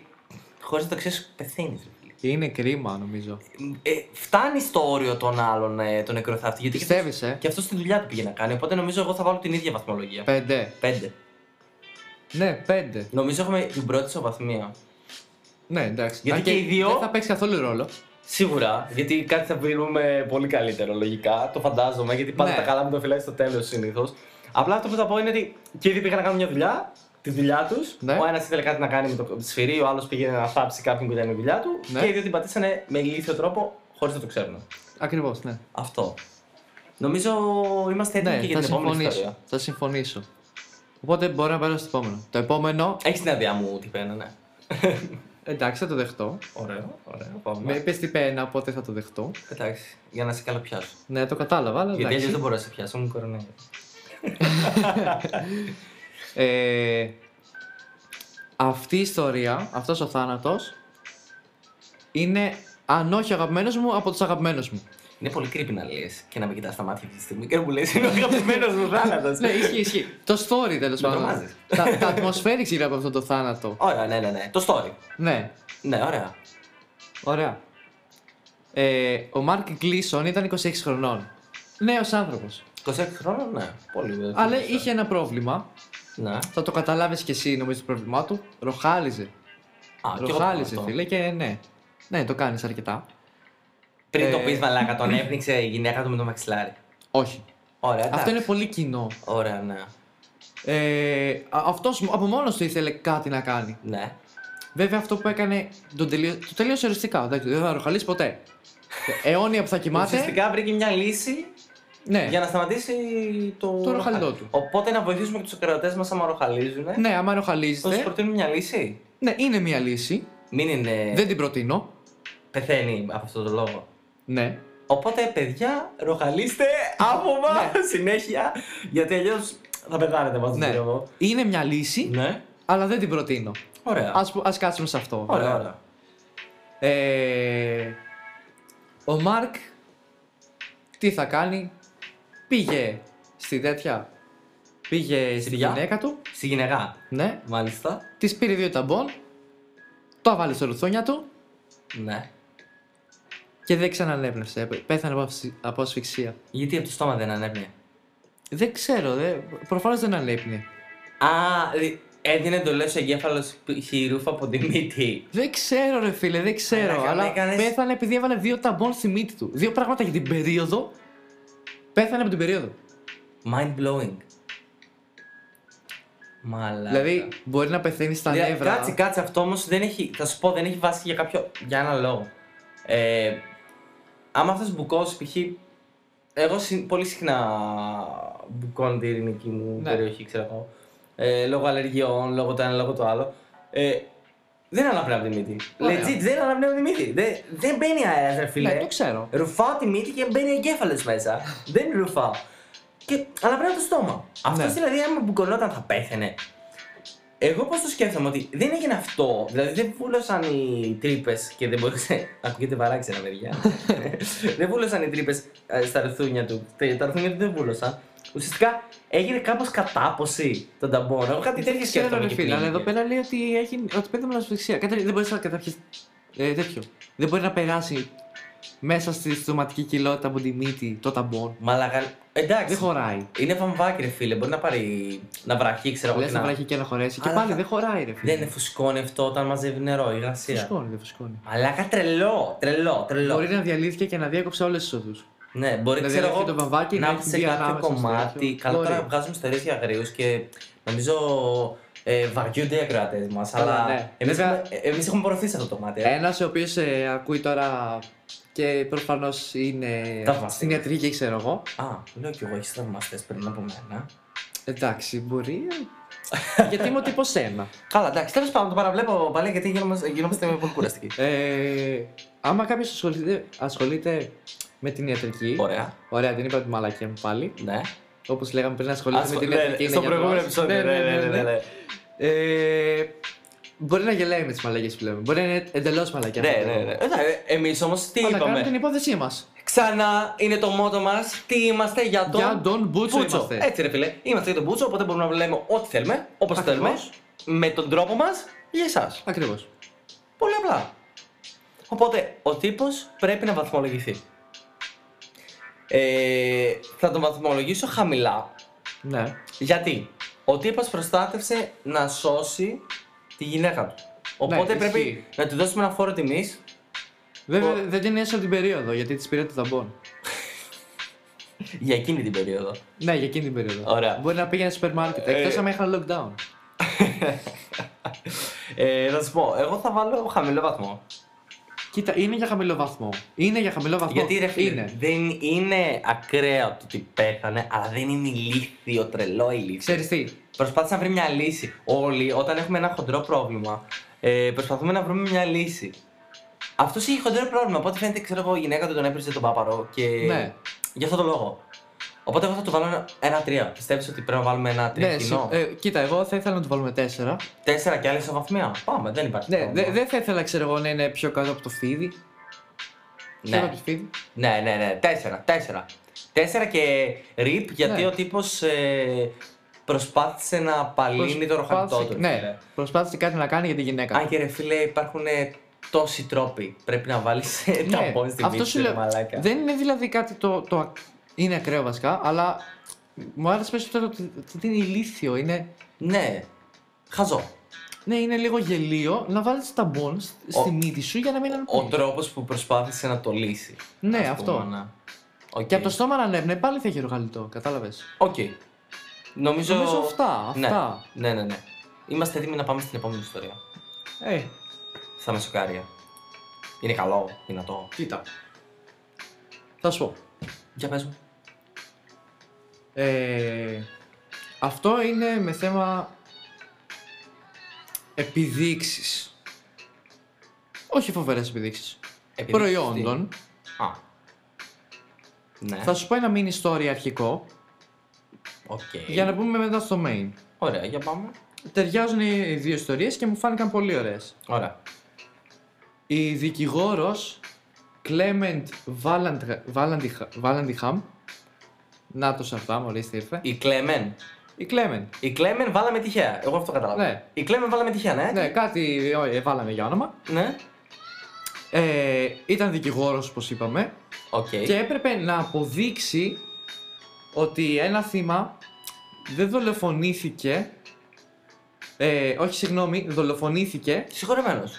[SPEAKER 1] χωρίς να το ξέρεις, πεθαίνεις.
[SPEAKER 2] Είναι κρίμα, νομίζω.
[SPEAKER 1] Ε, φτάνει στο όριο των άλλων ε, των νεκροθάφτη. Γιατί
[SPEAKER 2] Πιστεύει, ε.
[SPEAKER 1] και αυτός τη δουλειά του πήγε να κάνει. Οπότε νομίζω εγώ θα βάλω την ίδια βαθμολογία.
[SPEAKER 2] Πέντε.
[SPEAKER 1] Πέντε.
[SPEAKER 2] Ναι, πέντε.
[SPEAKER 1] Νομίζω έχουμε την πρώτη ισοβαθμία.
[SPEAKER 2] Ναι, εντάξει.
[SPEAKER 1] Γιατί
[SPEAKER 2] Αν
[SPEAKER 1] και οι δύο-
[SPEAKER 2] Δεν θα παίξει καθόλου ρόλο.
[SPEAKER 1] Σίγουρα, γιατί κάτι θα βρούμε πολύ καλύτερο λογικά. Το φαντάζομαι, γιατί πάντα
[SPEAKER 2] Ναι.
[SPEAKER 1] τα καλά μου το φυλάει στο τέλος συνήθως. Απλά αυτό που θα πω είναι ότι και ήδη πήγαν να κάνουν μια δουλειά, τη δουλειά τους.
[SPEAKER 2] Ναι.
[SPEAKER 1] Ο ένας ήθελε κάτι να κάνει με το σφυρί, ο άλλος πήγε να θάψει κάποιον που ήταν η δουλειά του.
[SPEAKER 2] Ναι.
[SPEAKER 1] Και οι δύο την πατήσανε με ηλίθιο τρόπο, χωρίς να το ξέρουν.
[SPEAKER 2] Ακριβώς, ναι.
[SPEAKER 1] Αυτό. Νομίζω είμαστε έτοιμοι
[SPEAKER 2] Ναι,
[SPEAKER 1] Ε, και για
[SPEAKER 2] θα
[SPEAKER 1] την επόμενη
[SPEAKER 2] συμφωνήσω.
[SPEAKER 1] ιστορία.
[SPEAKER 2] Θα συμφωνήσω. Οπότε μπορώ να περάσω στο επόμενο. Το επόμενο.
[SPEAKER 1] Έχεις την άδειά μου τι πένα, ναι.
[SPEAKER 2] Εντάξει, θα το δεχτώ.
[SPEAKER 1] Ωραίο, ωραίο. Πάμε.
[SPEAKER 2] Με είπες τι πένα, οπότε θα το δεχτώ.
[SPEAKER 1] Εντάξει, για να σε καλοπιάσω.
[SPEAKER 2] Ναι, το κατάλαβα, αλλά
[SPEAKER 1] Γιατί αλλιώ
[SPEAKER 2] εντάξει.
[SPEAKER 1] δεν μπορώ να σε πιάσω, μου κορονοϊό.
[SPEAKER 2] Ε, αυτή η ιστορία, αυτός ο θάνατος, είναι αν όχι αγαπημένος μου, από τους αγαπημένους μου.
[SPEAKER 1] Είναι πολύ creepy να λες και να με κοιτά στα μάτια αυτή τη στιγμή και να μου λες: Είναι ο αγαπημένος
[SPEAKER 2] *laughs*
[SPEAKER 1] μου θάνατος.
[SPEAKER 2] ναι, ισχύει, ισχύει. Το story τέλος
[SPEAKER 1] Με
[SPEAKER 2] πάντων.
[SPEAKER 1] τρομάζεις.
[SPEAKER 2] τα, τα ατμοσφαίριξη γύρω από αυτό το θάνατο.
[SPEAKER 1] Ωραία, ναι, ναι, ναι. Το story.
[SPEAKER 2] ναι,
[SPEAKER 1] Ναι, ωραία.
[SPEAKER 2] ωραία. Ε, ο Μάρκ Γκλίσον ήταν 26 χρονών. Νέος άνθρωπος.
[SPEAKER 1] 26 χρόνων, ναι. Πολύ βέβαια.
[SPEAKER 2] Αλλά είχε ένα πρόβλημα.
[SPEAKER 1] Ναι.
[SPEAKER 2] Θα το καταλάβεις και εσύ νομίζω το πρόβλημά του. Ροχάλιζε.
[SPEAKER 1] Α, και εγώ το κάνω
[SPEAKER 2] Ροχάλιζε,
[SPEAKER 1] αυτό.
[SPEAKER 2] φίλε, και ναι. Ναι, το κάνεις αρκετά.
[SPEAKER 1] Πριν
[SPEAKER 2] Ε,
[SPEAKER 1] το πεις, μαλάκα, τον έπνιξε η γυναίκα του με το μαξιλάρι.
[SPEAKER 2] Όχι.
[SPEAKER 1] Ωραία, εντάξει.
[SPEAKER 2] Αυτό είναι πολύ κοινό.
[SPEAKER 1] Ωραία, ναι.
[SPEAKER 2] Ε, αυτό από μόνος του ήθελε κάτι να κάνει.
[SPEAKER 1] Ναι.
[SPEAKER 2] Βέβαια αυτό που έκανε. Τον τελείω, το τελείωσε οριστικά. εντάξει, δεν θα ροχαλίσει ποτέ. Ε, αιώνια που θα κοιμάται.
[SPEAKER 1] Ουσιαστικά βρήκε μια λύση
[SPEAKER 2] ναι.
[SPEAKER 1] για να σταματήσει το.
[SPEAKER 2] Το ροχαλιό του.
[SPEAKER 1] Οπότε να βοηθήσουμε και τους ακροατές μας άμα ροχαλίζουν.
[SPEAKER 2] ναι, άμα
[SPEAKER 1] Θα του
[SPEAKER 2] ροχαλίζεται.
[SPEAKER 1] προτείνουμε μια λύση.
[SPEAKER 2] Ναι, είναι μια λύση.
[SPEAKER 1] Μην είναι.
[SPEAKER 2] Δεν την προτείνω.
[SPEAKER 1] Πεθαίνει από αυτόν τον λόγο.
[SPEAKER 2] Ναι.
[SPEAKER 1] Οπότε, παιδιά, ροχαλίστε άπομα *laughs* συνέχεια. Γιατί αλλιώς θα πεθάνετε μαζί
[SPEAKER 2] ναι.
[SPEAKER 1] εγώ.
[SPEAKER 2] Είναι μια λύση,
[SPEAKER 1] Ναι.
[SPEAKER 2] αλλά δεν την προτείνω.
[SPEAKER 1] Ωραία.
[SPEAKER 2] Ας, που- ας κάτσουμε σε αυτό.
[SPEAKER 1] Ωραία, ωραία.
[SPEAKER 2] Ε, ο Μάρκ τι θα κάνει. Πήγε στη τέτοια. Πήγε στη
[SPEAKER 1] γυναίκα?
[SPEAKER 2] γυναίκα του.
[SPEAKER 1] Στη γυναικά.
[SPEAKER 2] Ναι.
[SPEAKER 1] Μάλιστα.
[SPEAKER 2] Της πήρε δύο ταμπών, το βάλε στο ρουθούνια του
[SPEAKER 1] Ναι.
[SPEAKER 2] και δεν ξανανέπνευσε. Έπε- Πέθανε από αυσυ- από ασφυξία.
[SPEAKER 1] Γιατί από το στόμα δεν ανέβαινε.
[SPEAKER 2] Δεν ξέρω, δε... προφανώς δεν ανέπνε.
[SPEAKER 1] Α, δη- έδινε εντολές ο εγκέφαλος χειρούφα από τη μύτη.
[SPEAKER 2] Δεν ξέρω, ρε φίλε, δεν ξέρω.
[SPEAKER 1] Μαλάκα,
[SPEAKER 2] αλλά
[SPEAKER 1] με έκανες-
[SPEAKER 2] πέθανε επειδή έβαλε δύο ταμπών στη μύτη του. Δύο πράγματα για την περίοδο. Πέθανε από την περίοδο.
[SPEAKER 1] Mind blowing. Μαλάκα.
[SPEAKER 2] Δηλαδή, μπορεί να πεθαίνει στα
[SPEAKER 1] Δηλαδή,
[SPEAKER 2] νεύρα.
[SPEAKER 1] Κάτσε, κάτσε, αυτό όμως δεν έχει. Θα σου πω, δεν έχει βάση για κάποιο. για ένα λόγο. Ε, άμα αυτό μπουκώσει, π.χ. Εγώ συν- πολύ συχνά μπουκώνω την ειρηνική μου
[SPEAKER 2] Ναι.
[SPEAKER 1] περιοχή, ξέρω εγώ. Ε, λόγω αλλεργιών, λόγω το ένα, λόγω το άλλο. Ε, δεν αναπνέω από τη μύτη.
[SPEAKER 2] Ωραία.
[SPEAKER 1] Legit, δεν αναπνέω από τη μύτη. Δεν, δεν μπαίνει αέρα, ρε φίλε.
[SPEAKER 2] Ναι, το ξέρω.
[SPEAKER 1] Ρουφάω τη μύτη και μπαίνει εγκέφαλος μέσα. δεν ρουφάω. Και αναπνέω το στόμα. Αυτό
[SPEAKER 2] Ναι.
[SPEAKER 1] δηλαδή, άμα μπουκωνόταν, θα πέθαινε. Εγώ πώς το σκέφτομαι ότι δεν έγινε αυτό. Δηλαδή δεν βούλωσαν οι τρύπες και δεν μπορούσε. *laughs* Ακούγεται παράξενα,
[SPEAKER 2] *laughs*
[SPEAKER 1] παιδιά. δεν βούλωσαν οι τρύπες στα ρουθούνια του. Τε- Τα ρουθούνια του δεν βούλωσαν. Ουσιαστικά έγινε κάπως κατάποση των ταμπών. Εγώ κάτι τέτοιο
[SPEAKER 2] Ε, Δεν ξέρω,
[SPEAKER 1] σκέφτομαι.
[SPEAKER 2] ρε
[SPEAKER 1] και
[SPEAKER 2] φίλε, αλλά
[SPEAKER 1] πριν.
[SPEAKER 2] εδώ πέρα λέει ότι, έχει... ότι πέθανε από ασφυξία. Κατα- Δεν μπορείς να καταπιεί ε, τέτοιο. Δεν μπορεί να περάσει μέσα στη στοματική κοιλότητα από τη μύτη το ταμπον.
[SPEAKER 1] Μαλακα. Εντάξει.
[SPEAKER 2] Δεν χωράει.
[SPEAKER 1] Είναι βαμβάκι, ρε φίλε. Μπορεί να πάρει. να βραχεί, ξέρω εγώ.
[SPEAKER 2] Λες
[SPEAKER 1] τι
[SPEAKER 2] να
[SPEAKER 1] να-
[SPEAKER 2] βράχει και να χωρέσει. Και
[SPEAKER 1] Αλλά
[SPEAKER 2] πάλι
[SPEAKER 1] θα-
[SPEAKER 2] δεν χωράει, ρε φίλε.
[SPEAKER 1] Δεν είναι φουσκώνει αυτό όταν μαζεύει νερό, η γρασία.
[SPEAKER 2] φουσκώνει. Δεν φουσκώνει.
[SPEAKER 1] Μαλάκα τρελό, τρελό, τρελό.
[SPEAKER 2] Μπορεί να διαλύθηκε και να διέκοψε όλες τις οδούς.
[SPEAKER 1] Ναι, μπορεί
[SPEAKER 2] να
[SPEAKER 1] ξέρω
[SPEAKER 2] διαλύθηκε
[SPEAKER 1] εγώ,
[SPEAKER 2] το βαμβάκι, να
[SPEAKER 1] να
[SPEAKER 2] έχει
[SPEAKER 1] σε
[SPEAKER 2] μπει
[SPEAKER 1] κάποιο
[SPEAKER 2] ανάμεσα στο
[SPEAKER 1] κομμάτι.
[SPEAKER 2] τέτοιο.
[SPEAKER 1] Καλά, τώρα
[SPEAKER 2] Μπορεί.
[SPEAKER 1] βγάζουμε ιστορίες για αγρίους και νομίζω ε, βαριούνται οι ακροατές μας.
[SPEAKER 2] Καλά,
[SPEAKER 1] Αλλά
[SPEAKER 2] ναι.
[SPEAKER 1] εμείς,
[SPEAKER 2] Βέβαια-
[SPEAKER 1] έχουμε, ε, εμείς έχουμε προωθήσει αυτό το κομμάτι. ε.
[SPEAKER 2] Ένας ο οποίος ακούει τώρα και προφανώς είναι
[SPEAKER 1] Τραυμαστής.
[SPEAKER 2] στην ιατρική, ξέρω εγώ.
[SPEAKER 1] Α, λέω κι εγώ, έχεις τραυμαστέ πριν από μένα.
[SPEAKER 2] Εντάξει,
[SPEAKER 1] *laughs*
[SPEAKER 2] μπορεί. Γιατί είμαι ότι από σένα.
[SPEAKER 1] Καλά, εντάξει, τέλος πάντων το παραβλέπω παλιά γιατί γινόμαστε, γινόμαστε πολύ κουραστικοί.
[SPEAKER 2] Ε, άμα κάποιος ασχολείται, ασχολείται με την ιατρική.
[SPEAKER 1] Ωραία.
[SPEAKER 2] Ωραία, την είπα τη μαλακία μου πάλι.
[SPEAKER 1] Ναι.
[SPEAKER 2] Όπως λέγαμε πριν, ασχολείται με την
[SPEAKER 1] ναι,
[SPEAKER 2] ιατρική. είναι
[SPEAKER 1] στο
[SPEAKER 2] γιατρός.
[SPEAKER 1] προηγούμενο επεισόδιο. Ναι, ναι, ναι. ναι.
[SPEAKER 2] Ε, μπορεί να γελάει με τις μαλακίες που λέμε. Μπορεί να είναι εντελώς μαλακία.
[SPEAKER 1] Ναι, ναι, ναι. Εμείς όμως τι
[SPEAKER 2] Αλλά κάνουμε την
[SPEAKER 1] είπαμε.
[SPEAKER 2] υπόθεσή μας.
[SPEAKER 1] Ξανά είναι το μότο μας. Τι είμαστε για τον. Ε.
[SPEAKER 2] Για τον Μπούτσο είμαστε.
[SPEAKER 1] Έτσι, ρε φίλε. Είμαστε για τον Μπούτσο, οπότε μπορούμε να λέμε ό,τι θέλουμε, όπως
[SPEAKER 2] Ακριβώς.
[SPEAKER 1] θέλουμε, με τον τρόπο μας για εσάς.
[SPEAKER 2] Ακριβώς.
[SPEAKER 1] Πολύ απλά. Οπότε, ο τύπος πρέπει να βαθμολογηθεί. Ε, θα τον βαθμολογήσω χαμηλά.
[SPEAKER 2] Ναι.
[SPEAKER 1] Γιατί ο τύπος προστάτευσε να σώσει τη γυναίκα του. Οπότε
[SPEAKER 2] Ναι,
[SPEAKER 1] πρέπει
[SPEAKER 2] ισχύει.
[SPEAKER 1] να του δώσουμε ένα φόρο τιμής.
[SPEAKER 2] Βέβαια
[SPEAKER 1] Ο-
[SPEAKER 2] δεν την έσω την περίοδο γιατί της πήρε το ταμπον.
[SPEAKER 1] Για εκείνη την περίοδο.
[SPEAKER 2] Ναι, για εκείνη την περίοδο.
[SPEAKER 1] Ωραία.
[SPEAKER 2] Μπορεί να πήγαινε στο σούπερ μάρκετ.
[SPEAKER 1] Ε,
[SPEAKER 2] Εκτός αν είχαν lockdown.
[SPEAKER 1] ε, να σου πω, εγώ θα βάλω χαμηλό βαθμό.
[SPEAKER 2] Κοίτα, είναι για χαμηλό βαθμό. Είναι για χαμηλό βαθμό.
[SPEAKER 1] Γιατί ρε φίλε,
[SPEAKER 2] Είναι.
[SPEAKER 1] δεν είναι ακραίο το ότι πέθανε, αλλά δεν είναι ηλίθιο, τρελό ηλίθιο.
[SPEAKER 2] Ξέρεις τι.
[SPEAKER 1] Προσπάθησε να βρει μια λύση. Όλοι, όταν έχουμε ένα χοντρό πρόβλημα, ε, προσπαθούμε να βρούμε μια λύση. Αυτός είχε χοντρό πρόβλημα. Οπότε φαίνεται, ξέρω εγώ, η γυναίκα του τον έπρεπε τον πάπαρο. Και
[SPEAKER 2] Ναι.
[SPEAKER 1] γι' αυτό το λόγο. Οπότε εγώ θα του βάλω ένα- ένα τρία. Πιστεύεις ότι πρέπει να βάλουμε ένα τρία
[SPEAKER 2] Ναι,
[SPEAKER 1] κοινό.
[SPEAKER 2] συ- ε, κοίτα, εγώ θα ήθελα να του βάλουμε 4.
[SPEAKER 1] Τέσσερα και άλλη ισοβαθμία. Πάμε, δεν υπάρχει.
[SPEAKER 2] Ναι,
[SPEAKER 1] πρόβλημα.
[SPEAKER 2] δε- δεν θα ήθελα, ξέρω εγώ, να είναι πιο κάτω από το φίδι. Πιο
[SPEAKER 1] Ναι.
[SPEAKER 2] κάτω από το φίδι.
[SPEAKER 1] Ναι, ναι, ναι. Τέσσερα. Τέσσερα. Τέσσερα και ρίπ γιατί
[SPEAKER 2] Ναι.
[SPEAKER 1] ο τύπος ε, προσπάθησε να παλύνει το ροχανιτό
[SPEAKER 2] Προσπάθησε-
[SPEAKER 1] του.
[SPEAKER 2] Ναι, προσπάθησε κάτι να κάνει για τη γυναίκα.
[SPEAKER 1] Αν και ρε φίλε, υπάρχουν ε, τόσοι τρόποι. Πρέπει να βάλεις
[SPEAKER 2] Ναι,
[SPEAKER 1] ε, τα μπον στη μύτη σου, ρε μαλάκα.
[SPEAKER 2] Δεν είναι δηλαδή κάτι το. το ακ- είναι ακραίο βασικά, αλλά μου άρεσε περισσότερο ότι ότι δεν είναι ηλίθιο. Είναι,
[SPEAKER 1] Ναι. Χαζό.
[SPEAKER 2] ναι, είναι λίγο γελίο να βάλεις τα μπον στη
[SPEAKER 1] Ο-
[SPEAKER 2] μύτη σου για να μην
[SPEAKER 1] Ο
[SPEAKER 2] αναπνέεις.
[SPEAKER 1] τρόπος που προσπάθησε να το λύσει.
[SPEAKER 2] Ναι,
[SPEAKER 1] ας
[SPEAKER 2] αυτό.
[SPEAKER 1] πούμε, να- Οκ.
[SPEAKER 2] Και
[SPEAKER 1] Ε.
[SPEAKER 2] από το στόμα να ανέβαινε πάλι θα είχε ρογαλιτό, κατάλαβες.
[SPEAKER 1] Οκ. Νομίζω...
[SPEAKER 2] Νομίζω αυτά, αυτά.
[SPEAKER 1] Ναι. ναι, ναι, ναι. Είμαστε έτοιμοι να πάμε στην επόμενη ιστορία.
[SPEAKER 2] Ε,
[SPEAKER 1] Στα μεσοκάρια. Είναι καλό, δυνατό.
[SPEAKER 2] κοίτα. Θα σου πω.
[SPEAKER 1] Για πες μου.
[SPEAKER 2] Ε, αυτό είναι με θέμα επιδείξεις. Όχι φοβερές επιδείξεις.
[SPEAKER 1] Επειδή-
[SPEAKER 2] Προϊόντων.
[SPEAKER 1] Α. Ναι.
[SPEAKER 2] Θα σου πω ένα mini story αρχικό
[SPEAKER 1] Οκ.
[SPEAKER 2] για να μπούμε μετά στο main.
[SPEAKER 1] Ωραία, για πάμε.
[SPEAKER 2] Ταιριάζουν οι οι δύο ιστορίες και μου φάνηκαν πολύ ωραίες.
[SPEAKER 1] Ωραία.
[SPEAKER 2] Η δικηγόρος Clement Valland- Vallandiha- Vallandiham Να το σαρτά, μόλις ήρθε.
[SPEAKER 1] Η Κλέμεν.
[SPEAKER 2] Η Clement.
[SPEAKER 1] Η Κλέμεν βάλαμε τυχαία. Εγώ αυτό κατάλαβα.
[SPEAKER 2] Ναι.
[SPEAKER 1] Η Κλέμεν βάλαμε τυχαία, ναι.
[SPEAKER 2] Ναι, κάτι όχι, βάλαμε για όνομα.
[SPEAKER 1] Ναι.
[SPEAKER 2] Ε, ήταν δικηγόρος όπως είπαμε
[SPEAKER 1] Οκ.
[SPEAKER 2] και έπρεπε να αποδείξει ότι ένα θύμα δεν δολοφονήθηκε ε, όχι συγγνώμη, δολοφονήθηκε
[SPEAKER 1] Συγχωρεμένος.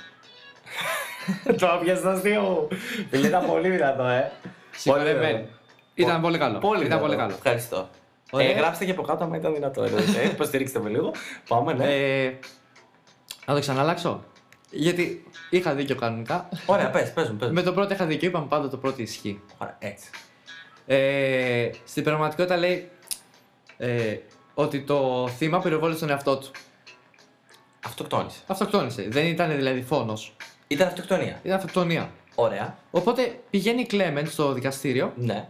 [SPEAKER 2] *laughs*
[SPEAKER 1] Το άπιασε το αστείο μου. Φίλε, ήταν πολύ δυνατό, ε.
[SPEAKER 2] συγχωρεμένη. Ήταν πολύ καλό.
[SPEAKER 1] Πολύ
[SPEAKER 2] ήταν
[SPEAKER 1] δυνατό.
[SPEAKER 2] πολύ καλό.
[SPEAKER 1] Ευχαριστώ.
[SPEAKER 2] Ωραία.
[SPEAKER 1] Ε, γράψτε και από κάτω άμα ήταν δυνατό. εννοείται.
[SPEAKER 2] *laughs*
[SPEAKER 1] Ε, Υποστηρίξτε με λίγο. Πάμε, ναι.
[SPEAKER 2] Ε, να το ξαναλλάξω. Γιατί είχα δίκιο
[SPEAKER 1] *laughs*
[SPEAKER 2] κανονικά.
[SPEAKER 1] Ωραία, πες, πες μου, πες μου.
[SPEAKER 2] Με το πρώτο είχα δίκιο, είπαμε πάντα το πρώτο ισχύει.
[SPEAKER 1] Ωραία, έτσι.
[SPEAKER 2] Ε, στην πραγματικότητα λέει ε, ότι το θύμα πυροβόλησε τον εαυτό του.
[SPEAKER 1] Αυτοκτόνησε.
[SPEAKER 2] Αυτοκτόνησε. Δεν ήταν δηλαδή φόνος.
[SPEAKER 1] Ήταν αυτοκτονία.
[SPEAKER 2] Ήταν αυτοκτονία.
[SPEAKER 1] Ωραία.
[SPEAKER 2] Οπότε πηγαίνει η Κλέμεν στο δικαστήριο
[SPEAKER 1] Ναι.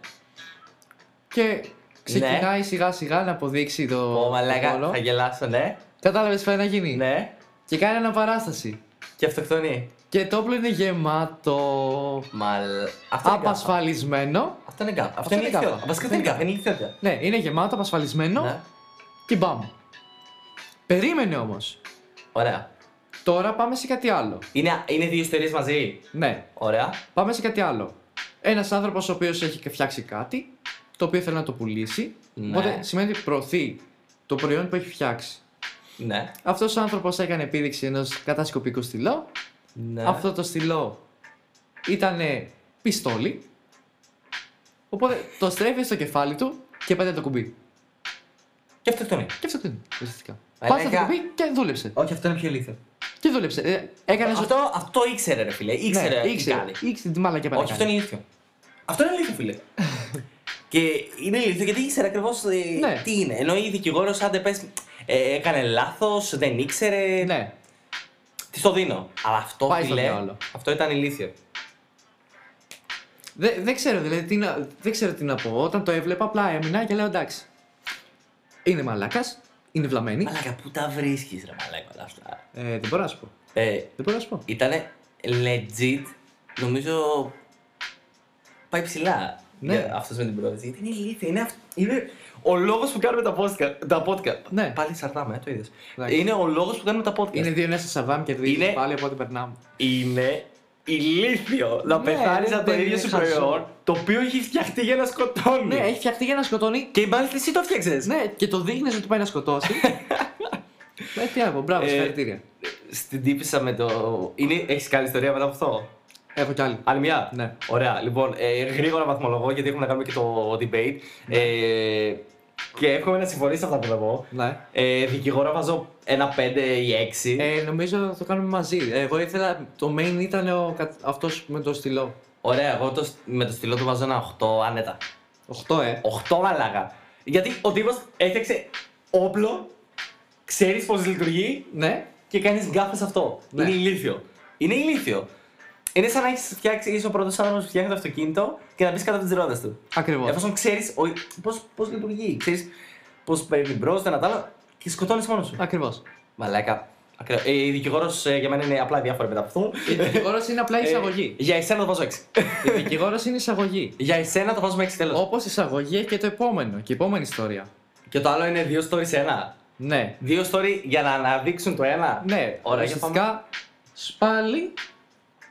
[SPEAKER 2] και ξεκινάει σιγά σιγά να αποδείξει το.
[SPEAKER 1] Ω, μαλάκα,
[SPEAKER 2] φόνο.
[SPEAKER 1] θα γελάσω, ναι.
[SPEAKER 2] Κατάλαβες φαίνεται να γίνει.
[SPEAKER 1] Ναι.
[SPEAKER 2] Και κάνει αναπαράσταση.
[SPEAKER 1] Και αυτοκτονεί.
[SPEAKER 2] Και το όπλο είναι γεμάτο.
[SPEAKER 1] Μαλ. Αυτό είναι γκάφα.
[SPEAKER 2] Απασφαλισμένο.
[SPEAKER 1] Αυτό είναι γκάφα.
[SPEAKER 2] Αυτό
[SPEAKER 1] Αυτό είναι
[SPEAKER 2] είναι
[SPEAKER 1] ηλικιότητα.
[SPEAKER 2] γκάφα.
[SPEAKER 1] Βασικά δεν είναι γκάφα, είναι Ναι. ηλικιότητα.
[SPEAKER 2] Ναι, είναι γεμάτο, απασφαλισμένο
[SPEAKER 1] Ναι.
[SPEAKER 2] και μπαμ. Περίμενε όμως.
[SPEAKER 1] Ωραία.
[SPEAKER 2] Τώρα πάμε σε κάτι άλλο.
[SPEAKER 1] Είναι, είναι δύο ιστορίες μαζί.
[SPEAKER 2] Ναι,
[SPEAKER 1] Ωραία.
[SPEAKER 2] πάμε σε κάτι άλλο. Ένας άνθρωπος ο οποίος έχει φτιάξει κάτι, το οποίο θέλει να το πουλήσει.
[SPEAKER 1] Ναι.
[SPEAKER 2] Οπότε σημαίνει ότι προωθεί το προϊόν που έχει φτιάξει.
[SPEAKER 1] Ναι.
[SPEAKER 2] Αυτός ο άνθρωπος έκανε επίδειξη ενός κατασκοπικού στυλό.
[SPEAKER 1] ναι.
[SPEAKER 2] Αυτό το στυλό ήταν πιστόλι. Οπότε το στρέφει στο κεφάλι του και πέτάει το κουμπί.
[SPEAKER 1] Και αυτό είναι.
[SPEAKER 2] Και αυτό είναι ουσιαστικά.
[SPEAKER 1] Μαλάκα.
[SPEAKER 2] Πάτησε το κουμπί και δούλεψε.
[SPEAKER 1] Όχι, αυτό είναι πιο ηλίθιο.
[SPEAKER 2] Και δούλεψε. Ε, έκανε
[SPEAKER 1] Αυτό, αυτό ήξερε, ρε φίλε. Ήξερε τι κάνει.
[SPEAKER 2] Ναι, Ήξερε τι μάλα και πέρα.
[SPEAKER 1] Όχι, αυτό είναι ηλίθιο. Αυτό είναι ηλίθιο,
[SPEAKER 2] *laughs*
[SPEAKER 1] φίλε. και είναι ηλίθιο γιατί ήξερε ακριβώς
[SPEAKER 2] Ναι.
[SPEAKER 1] τι είναι. Ενώ η δικηγόρος, άντε πες, έκανε λάθος, δεν ήξερε.
[SPEAKER 2] Ναι.
[SPEAKER 1] Τι στο δίνω. Αλλά αυτό,
[SPEAKER 2] Πάει στο
[SPEAKER 1] φίλε,
[SPEAKER 2] διάολο.
[SPEAKER 1] αυτό ήταν ηλίθιο.
[SPEAKER 2] Δεν, δεν ξέρω δηλαδή τι να, δεν ξέρω τι να πω. Όταν το έβλεπα, απλά έμεινα και λέω εντάξει. Είναι μαλάκας, είναι βλαμμένη.
[SPEAKER 1] Μαλάκα, πού τα βρίσκεις, ρε μαλάκα όλα αυτά.
[SPEAKER 2] Ε, δεν μπορώ να σου πω.
[SPEAKER 1] Ε,
[SPEAKER 2] Δεν μπορώ να σου πω.
[SPEAKER 1] ήταν legit, νομίζω. Πάει ψηλά.
[SPEAKER 2] Ναι.
[SPEAKER 1] Αυτός με την πρόθεση. Γιατί είναι ηλίθιο. Είναι, αυ- είναι ο λόγος που κάνουμε τα podcast. Τα podcast.
[SPEAKER 2] Ναι.
[SPEAKER 1] Πάλι σαρτάμε, ε, το είδες.
[SPEAKER 2] Εντάξει.
[SPEAKER 1] Είναι ο λόγος που κάνουμε τα podcast.
[SPEAKER 2] Είναι δύο νέα σαβάμ και δύο
[SPEAKER 1] Είναι-
[SPEAKER 2] πάλι, οπότε περνάμε.
[SPEAKER 1] Είναι ηλίθιο να
[SPEAKER 2] Ναι,
[SPEAKER 1] πεθάνεις
[SPEAKER 2] ρε,
[SPEAKER 1] από το
[SPEAKER 2] δεν
[SPEAKER 1] ίδιο
[SPEAKER 2] είναι
[SPEAKER 1] σου
[SPEAKER 2] χαζό.
[SPEAKER 1] προϊόν το οποίο έχεις φτιαχτεί για να σκοτώνεις.
[SPEAKER 2] Ναι, έχει φτιαχτεί για να σκοτώνει.
[SPEAKER 1] Και μάλιστα εσύ το φτιάξες.
[SPEAKER 2] Ναι, και το δείχνεις ότι πάει να
[SPEAKER 1] *laughs*
[SPEAKER 2] σκοτώσει. Ναι, τι άλλο, μπράβο,
[SPEAKER 1] Ε,
[SPEAKER 2] συγχαρητήρια.
[SPEAKER 1] Στην τύπησα με το. Είναι... Έχεις καλή ιστορία μετά από αυτό.
[SPEAKER 2] Έχω κι άλλη.
[SPEAKER 1] Άλλη μια.
[SPEAKER 2] Ναι.
[SPEAKER 1] Ωραία. Λοιπόν, ε, γρήγορα βαθμολογώ γιατί έχουμε να κάνουμε και το debate. Ε, και εύχομαι να συμφωνήσει αυτά που θα πω.
[SPEAKER 2] Ναι.
[SPEAKER 1] Ε, δικηγόρα βάζω ένα 5 ή 6.
[SPEAKER 2] Ε, νομίζω θα το κάνουμε μαζί. Ε, Εγώ ήθελα. Το main ήταν ο, κα- αυτός με το στυλό.
[SPEAKER 1] Ωραία, εγώ το, σ- με το στυλό του βάζω ένα 8 άνετα.
[SPEAKER 2] 8, ε.
[SPEAKER 1] 8 μαλάκα. Γιατί ο τύπος έφτιαξε όπλο, ξέρεις πώς λειτουργεί
[SPEAKER 2] Ναι.
[SPEAKER 1] και κάνεις γκάφα σε αυτό.
[SPEAKER 2] Ναι.
[SPEAKER 1] Είναι ηλίθιο. Είναι ηλίθιο. Είναι σαν να έχεις φτιάξει, είσαι ο πρώτος άνθρωπος που φτιάχνει το αυτοκίνητο και να μπεις κάτω από τις ρόδες του.
[SPEAKER 2] Ακριβώς.
[SPEAKER 1] Εφόσον ξέρεις πώ λειτουργεί, ξέρεις πώς παίρνει μπρο, ένα τ' άλλο και σκοτώνεις μόνος σου.
[SPEAKER 2] Ακριβώς.
[SPEAKER 1] Μαλάκα. Ακραίο. Ε, η δικηγόρος για μένα είναι απλά διάφορα μετά από αυτό.
[SPEAKER 2] Η δικηγόρος είναι απλά η
[SPEAKER 1] Ε,
[SPEAKER 2] εισαγωγή.
[SPEAKER 1] για εσένα το βάζω 6.
[SPEAKER 2] Η δικηγόρος είναι η εισαγωγή.
[SPEAKER 1] για εσένα το βάζουμε 6 τέλος.
[SPEAKER 2] Όπως η εισαγωγή έχει και το επόμενο. Και η επόμενη ιστορία.
[SPEAKER 1] Και το άλλο είναι δύο story σε ένα.
[SPEAKER 2] Ναι.
[SPEAKER 1] Δύο story για να αναδείξουν το ένα.
[SPEAKER 2] Ναι.
[SPEAKER 1] Ωραία, για
[SPEAKER 2] Ουσιαστικά, σπάλι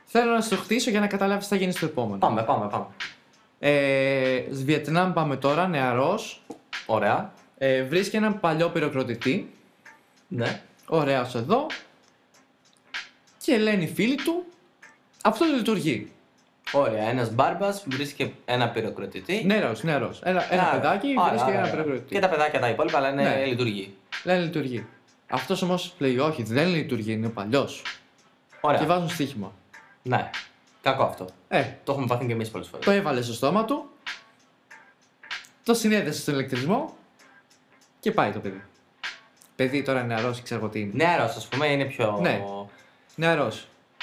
[SPEAKER 2] θέλω να σου χτίσω για να καταλάβεις τι θα γίνει στο επόμενο.
[SPEAKER 1] Πάμε, πάμε, πάμε.
[SPEAKER 2] Ε, σ' Βιετνάμ πάμε τώρα, νεαρός.
[SPEAKER 1] Ωραία.
[SPEAKER 2] Ε, βρίσκει έναν παλιό πυροκροτητή.
[SPEAKER 1] Ναι.
[SPEAKER 2] Ωραίος εδώ. Και λένε οι φίλοι του. Αυτό λειτουργεί.
[SPEAKER 1] Ωραία. Ένας μπάρμπας βρίσκει ένα πυροκροτητή.
[SPEAKER 2] Νεαρός, νεαρός. Ένα, Ναι, ένα
[SPEAKER 1] Άρα.
[SPEAKER 2] παιδάκι
[SPEAKER 1] Άρα,
[SPEAKER 2] βρίσκει
[SPEAKER 1] άρα,
[SPEAKER 2] ένα
[SPEAKER 1] άρα.
[SPEAKER 2] πυροκροτητή.
[SPEAKER 1] Και τα παιδάκια τα υπόλοιπα λένε
[SPEAKER 2] Ναι.
[SPEAKER 1] λειτουργεί.
[SPEAKER 2] Λένε λειτουργεί. Αυτός όμως λέει: Όχι, δεν λειτουργεί, είναι παλιός.
[SPEAKER 1] Ωραία.
[SPEAKER 2] Και βάζουν στοίχημα.
[SPEAKER 1] Ναι. Κακό αυτό.
[SPEAKER 2] Ε,
[SPEAKER 1] Το έχουμε πάθει και εμείς πολλές φορές.
[SPEAKER 2] το έβαλε στο στόμα του, το συνέδεσε στον ηλεκτρισμό και πάει το παιδί. Παιδί τώρα νεαρός, ξέρω εγώ τι είναι.
[SPEAKER 1] Νεαρός, ας πούμε, είναι πιο.
[SPEAKER 2] Ναι. Νεαρός.
[SPEAKER 1] Οπότε.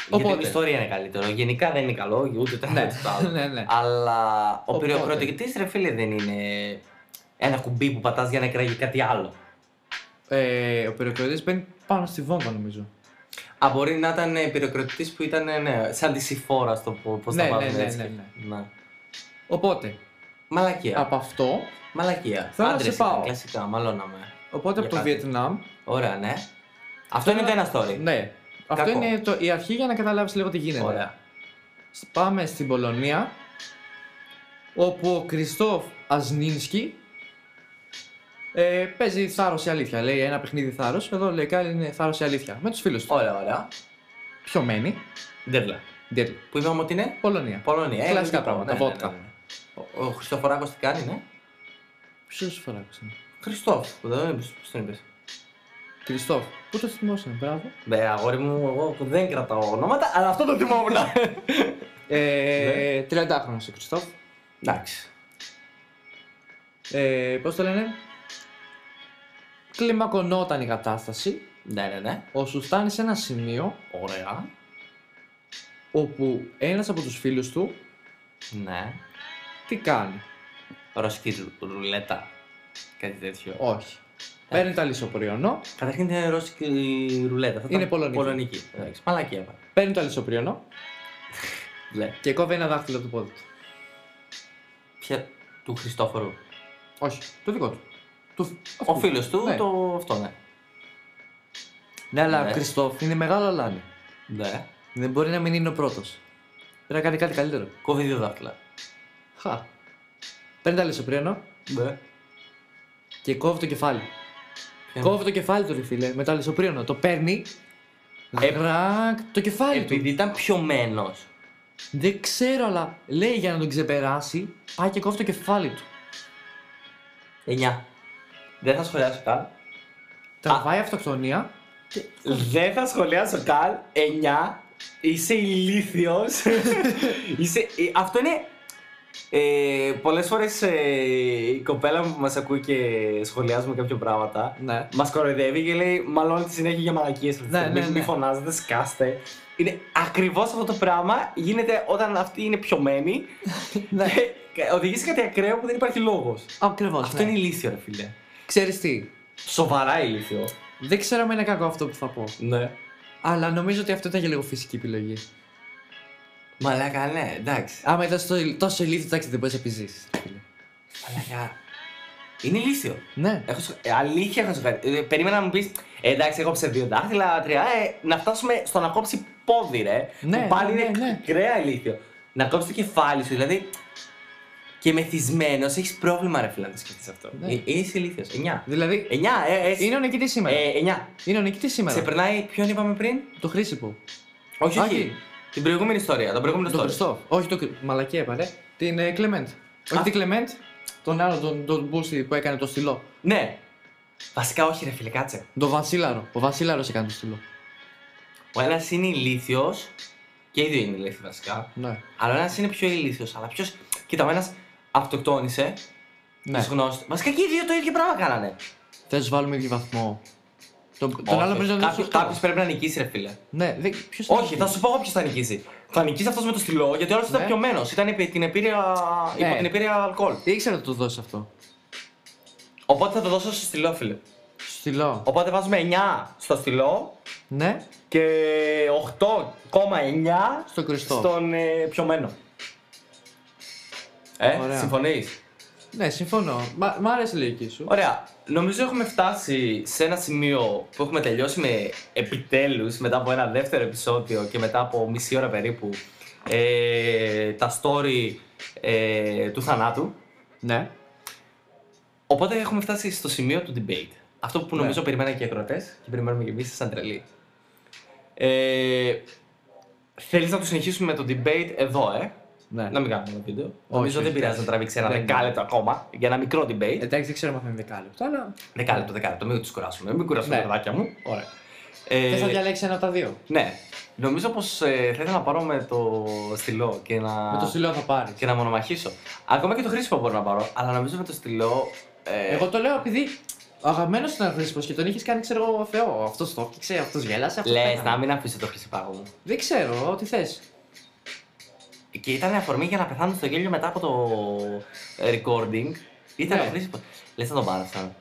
[SPEAKER 1] Γιατί η
[SPEAKER 2] Οπότε.
[SPEAKER 1] ιστορία είναι καλύτερο. Γενικά δεν είναι καλό, ούτε το
[SPEAKER 2] Ναι,
[SPEAKER 1] ένα ούτε το άλλο.
[SPEAKER 2] ναι, ναι.
[SPEAKER 1] Αλλά ο
[SPEAKER 2] Οπότε.
[SPEAKER 1] πυροκροτητή ρε φίλε δεν είναι ένα κουμπί που πατάς για να κραγεί κάτι άλλο.
[SPEAKER 2] Ε, ο περιοκροτή μπαίνει πάνω στη βόμβα, νομίζω.
[SPEAKER 1] Α, μπορεί να ήταν πυροκροτητή που ήταν ναι, σαν τη συφόρα στο πώ
[SPEAKER 2] Ναι,
[SPEAKER 1] τα
[SPEAKER 2] ναι,
[SPEAKER 1] βάζουν
[SPEAKER 2] ναι,
[SPEAKER 1] έτσι.
[SPEAKER 2] ναι, ναι.
[SPEAKER 1] Να.
[SPEAKER 2] Οπότε,
[SPEAKER 1] Μαλακία.
[SPEAKER 2] από αυτό,
[SPEAKER 1] Μαλακία.
[SPEAKER 2] Θέλω να
[SPEAKER 1] Άντρες
[SPEAKER 2] σε πάω.
[SPEAKER 1] ήταν, Κλασικά, μαλώναμε.
[SPEAKER 2] οπότε
[SPEAKER 1] Για
[SPEAKER 2] από το
[SPEAKER 1] κάτι.
[SPEAKER 2] Βιετνάμ.
[SPEAKER 1] Ωραία, ναι. Αυτό είναι το ένα story.
[SPEAKER 2] Ναι. Αυτό
[SPEAKER 1] Κακό.
[SPEAKER 2] είναι το, η αρχή για να καταλάβεις λίγο τι γίνεται.
[SPEAKER 1] Ωραία.
[SPEAKER 2] Πάμε στην Πολωνία όπου ο Κριστόφ Ασνίνσκι ε, παίζει θάρρος ή αλήθεια. Λέει ένα παιχνίδι θάρρος, εδώ λέει κάτι είναι θάρρος ή αλήθεια. Με τους φίλους του.
[SPEAKER 1] Ωραία, ωραία.
[SPEAKER 2] Πιωμένοι.
[SPEAKER 1] Ντέρλα.
[SPEAKER 2] Ντέρλι.
[SPEAKER 1] Που είπαμε ότι είναι
[SPEAKER 2] Πολωνία.
[SPEAKER 1] Πολωνία. Ε,
[SPEAKER 2] Κλασικά
[SPEAKER 1] ελληνικό
[SPEAKER 2] πράγματα,
[SPEAKER 1] πράγμα.
[SPEAKER 2] βότκα.
[SPEAKER 1] ναι, Ο, ο Χριστοφοράκος τι κάνει, ναι.
[SPEAKER 2] Ποιος φορά άκουσα.
[SPEAKER 1] Χριστόφ, που δεν είπες, πώς τον είπες.
[SPEAKER 2] Κριστόφ. Πού το θυμόσαι, μπράβο.
[SPEAKER 1] Μπε, αγόρι μου, εγώ δεν κρατάω ονόματα, αλλά αυτό το θυμόμουν.
[SPEAKER 2] Ναι.
[SPEAKER 1] Ναι.
[SPEAKER 2] Ε, 30 χρόνος ο Κριστόφ.
[SPEAKER 1] Εντάξει.
[SPEAKER 2] Ε, πώς το λένε. Κλιμακωνόταν η κατάσταση.
[SPEAKER 1] Ναι, ναι, ναι.
[SPEAKER 2] Όσο φτάνει σε ένα σημείο
[SPEAKER 1] Ωραία.
[SPEAKER 2] όπου ένας από τους φίλους του
[SPEAKER 1] Ναι.
[SPEAKER 2] τι κάνει.
[SPEAKER 1] Ρωσική ρου- ρουλέτα. Κάτι τέτοιο.
[SPEAKER 2] Όχι. Παίρνει το αλυσό προϊόνο,
[SPEAKER 1] Καταρχήν είναι ρωσική ρουλέτα. Αυτό
[SPEAKER 2] Είναι
[SPEAKER 1] ήταν
[SPEAKER 2] πολωνική.
[SPEAKER 1] Πολωνική. Εντάξει, μαλακία. πάλι.
[SPEAKER 2] παίρνει το αλυσό προϊόνο
[SPEAKER 1] Λε.
[SPEAKER 2] και κόβει ένα δάχτυλο από το πόδι του.
[SPEAKER 1] Ποια του Χριστόφορου.
[SPEAKER 2] Όχι, το δικό του. του
[SPEAKER 1] Ο φίλος του,
[SPEAKER 2] Ναι.
[SPEAKER 1] το αυτό, ναι.
[SPEAKER 2] Ναι, αλλά
[SPEAKER 1] Ναι.
[SPEAKER 2] Χριστόφ είναι μεγάλο αλάνι.
[SPEAKER 1] Ναι.
[SPEAKER 2] Δεν μπορεί να μην είναι ο πρώτος. Πρέπει να κάνει κάτι καλύτερο.
[SPEAKER 1] Κόβει δύο δάχτυλα.
[SPEAKER 2] Χα. Παίρνει τα λεσοπρένο
[SPEAKER 1] Ναι.
[SPEAKER 2] και κόβει το κεφάλι. Κόβει το κεφάλι του, ρε φίλε, με το λεσοπρένο. Το παίρνει.
[SPEAKER 1] Ε,
[SPEAKER 2] Γρακ, το κεφάλι του.
[SPEAKER 1] Επειδή ήταν πιωμένος.
[SPEAKER 2] Δεν ξέρω, αλλά λέει για να τον ξεπεράσει, πάει και κόβει το κεφάλι του.
[SPEAKER 1] 9. Δεν θα σχολιάσω καν.
[SPEAKER 2] Τραβάει αυτοκτονία.
[SPEAKER 1] Δεν θα σχολιάσω καν. 9. Είσαι ηλίθιος. *laughs* Είσαι... ε, Αυτό είναι. Ε, Πολλές φορές η κοπέλα μου που μας ακούει και σχολιάζουμε κάποια πράγματα.
[SPEAKER 2] Ναι.
[SPEAKER 1] Μας κοροϊδεύει και λέει: Μαλώνει τη συνέχεια για μαλακίες.
[SPEAKER 2] Ναι, ναι, ναι.
[SPEAKER 1] Μην φωνάζετε, σκάστε. Είναι ακριβώς αυτό το πράγμα γίνεται όταν αυτή είναι *laughs* πιωμένη.
[SPEAKER 2] ναι.
[SPEAKER 1] και Οδηγείς σε κάτι ακραίο που δεν υπάρχει λόγος.
[SPEAKER 2] Ακριβώς.
[SPEAKER 1] Αυτό είναι ηλίθιο, ρε φίλε.
[SPEAKER 2] Ξέρεις ναι. τι.
[SPEAKER 1] Σοβαρά ηλίθιο.
[SPEAKER 2] Δεν ξέρω αν είναι κακό αυτό που θα πω.
[SPEAKER 1] Ναι.
[SPEAKER 2] Αλλά νομίζω ότι αυτό ήταν και λίγο φυσική επιλογή.
[SPEAKER 1] Μαλάκα, ναι, εντάξει.
[SPEAKER 2] Άμα ήταν στο- τόσο ηλίθιο, εντάξει, δεν μπορείς να επιζήσεις.
[SPEAKER 1] Μαλάκα. Είναι ηλίθιο.
[SPEAKER 2] Ναι.
[SPEAKER 1] Έχω σου- ε, αλήθεια έχω σοκαριστεί. Ε, περίμενα να μου πεις: Εντάξει, έχω ψε δύο δάχτυλα, τρία. Ε, να φτάσουμε στο να κόψει πόδι, ρε.
[SPEAKER 2] Ναι,
[SPEAKER 1] που πάλι
[SPEAKER 2] ναι,
[SPEAKER 1] είναι
[SPEAKER 2] ναι.
[SPEAKER 1] κρέα ηλίθιο. Να κόψει το κεφάλι σου, δηλαδή. Και μεθυσμένος, έχεις πρόβλημα, ρε φίλε, να το σκεφτείς αυτό.
[SPEAKER 2] Ναι.
[SPEAKER 1] Ε, είσαι ηλίθιο. 9.
[SPEAKER 2] Δηλαδή,
[SPEAKER 1] 9, ε, ε,
[SPEAKER 2] είναι ο νικητή σήμερα.
[SPEAKER 1] ε, 9.
[SPEAKER 2] Είναι ο νικητή σήμερα.
[SPEAKER 1] Ξεπερνάει, ποιον είπαμε πριν.
[SPEAKER 2] Το Χρήσιπο.
[SPEAKER 1] Όχι,
[SPEAKER 2] Όχι.
[SPEAKER 1] όχι. Την προηγούμενη ιστορία, τον προηγούμενο
[SPEAKER 2] Το
[SPEAKER 1] story.
[SPEAKER 2] Χριστό. Όχι το Κρι- Μαλακία έπαρε. Την ε, Κλεμέντ. Όχι την Κλεμέντ. Τον άλλο, τον, τον Μπούστη που έκανε το στυλό.
[SPEAKER 1] Ναι. Βασικά, όχι, ρε φίλε, κάτσε.
[SPEAKER 2] Τον Βασίλαρο. Ο Βασίλαρος έκανε το στυλό.
[SPEAKER 1] Ο ένας είναι ηλίθιος. Και οι δύο είναι ηλίθιοι βασικά.
[SPEAKER 2] Ναι.
[SPEAKER 1] Αλλά ο ένας είναι πιο ηλίθιος. Αλλά ποιος. Κοίτα, ο ένας αυτοκτόνησε. Ναι.
[SPEAKER 2] ναι.
[SPEAKER 1] Γνώστε. Βασικά και οι δύο το ίδιο πράγμα κάνανε.
[SPEAKER 2] Θες βάλουμε ίδιο βαθμό. Τον, τον
[SPEAKER 1] Όχι,
[SPEAKER 2] άλλο πρέπει να
[SPEAKER 1] κάποιος-
[SPEAKER 2] δώσει οκτώ.
[SPEAKER 1] κάποιος πρέπει να νικήσει, ρε φίλε.
[SPEAKER 2] Ναι, δε, ποιος
[SPEAKER 1] Όχι, θα σου πω εγώ ποιος θα νικήσει. Θα νικήσει αυτός με το στυλό, γιατί όλο
[SPEAKER 2] Ναι.
[SPEAKER 1] ήταν πιωμένος. Ήταν επί- την επίρρεια,
[SPEAKER 2] Ναι.
[SPEAKER 1] υπό την επίρρεια αλκοόλ.
[SPEAKER 2] Ήξερα ότι το δώσεις αυτό.
[SPEAKER 1] Οπότε θα το δώσω στο στυλό, φίλε.
[SPEAKER 2] Στυλό.
[SPEAKER 1] Οπότε βάζουμε 9 στο στυλό
[SPEAKER 2] Ναι,
[SPEAKER 1] και 8,9
[SPEAKER 2] στο Χριστό.
[SPEAKER 1] στον ε, πιωμένο. Ε,
[SPEAKER 2] Ωραία.
[SPEAKER 1] συμφωνείς.
[SPEAKER 2] Ναι, συμφωνώ. Μα, μ' άρεσε η λογική σου.
[SPEAKER 1] Ωραία. Νομίζω έχουμε φτάσει σε ένα σημείο που έχουμε τελειώσει με επιτέλους μετά από ένα δεύτερο επεισόδιο και μετά από μισή ώρα περίπου ε, τα story ε, του θανάτου.
[SPEAKER 2] Ναι.
[SPEAKER 1] Οπότε έχουμε φτάσει στο σημείο του debate. Αυτό που
[SPEAKER 2] Ναι.
[SPEAKER 1] νομίζω περιμέναν και οι ακροατές και περιμένουμε και εμείς σαν τρελοί. Ε, θέλεις να το συνεχίσουμε με το debate εδώ, ε.
[SPEAKER 2] ναι.
[SPEAKER 1] Να μην κάνουμε βίντεο. νομίζω
[SPEAKER 2] όχι, Ε,
[SPEAKER 1] δεν πειράζει να
[SPEAKER 2] εντάξει.
[SPEAKER 1] τραβήξει ένα
[SPEAKER 2] Δεν
[SPEAKER 1] δεκάλεπτο ακόμα για ένα μικρό debate.
[SPEAKER 2] Εντάξει, δεν ξέρω αν θα είναι δεκάλεπτο, αλλά.
[SPEAKER 1] Δεκάλεπτο, δεκάλεπτο, μην τους κουράσουμε. Μην κουράσουμε
[SPEAKER 2] Ναι.
[SPEAKER 1] τα παιδάκια μου.
[SPEAKER 2] Ωραία.
[SPEAKER 1] Ε,
[SPEAKER 2] Θες να διαλέξεις ένα από τα δύο.
[SPEAKER 1] Ναι. Νομίζω πως θα ήθελα να πάρω με το στυλό και να,
[SPEAKER 2] Με το στυλό θα πάρεις.
[SPEAKER 1] και να μονομαχήσω. Ακόμα και το χρήσιμο μπορώ να πάρω, αλλά νομίζω με το στυλό. Ε,
[SPEAKER 2] Εγώ το λέω επειδή αγαπημένος ήταν ο Χρήσιμος και τον είχες κάνει, ξέρω εγώ, θεό. Αυτός το έφτιαξε, αυτός γέλασε. αυτός
[SPEAKER 1] Λες
[SPEAKER 2] πέθανε.
[SPEAKER 1] να μην αφήσω το χρυσιπάγο μου.
[SPEAKER 2] Δεν ξέρω, ό,τι θες.
[SPEAKER 1] Και ήταν αφορμή για να πεθάνω στο γέλιο μετά από το ε, recording. Ήταν
[SPEAKER 2] Ναι.
[SPEAKER 1] ο χρήσιμο. Λες να τον πάρω σαν.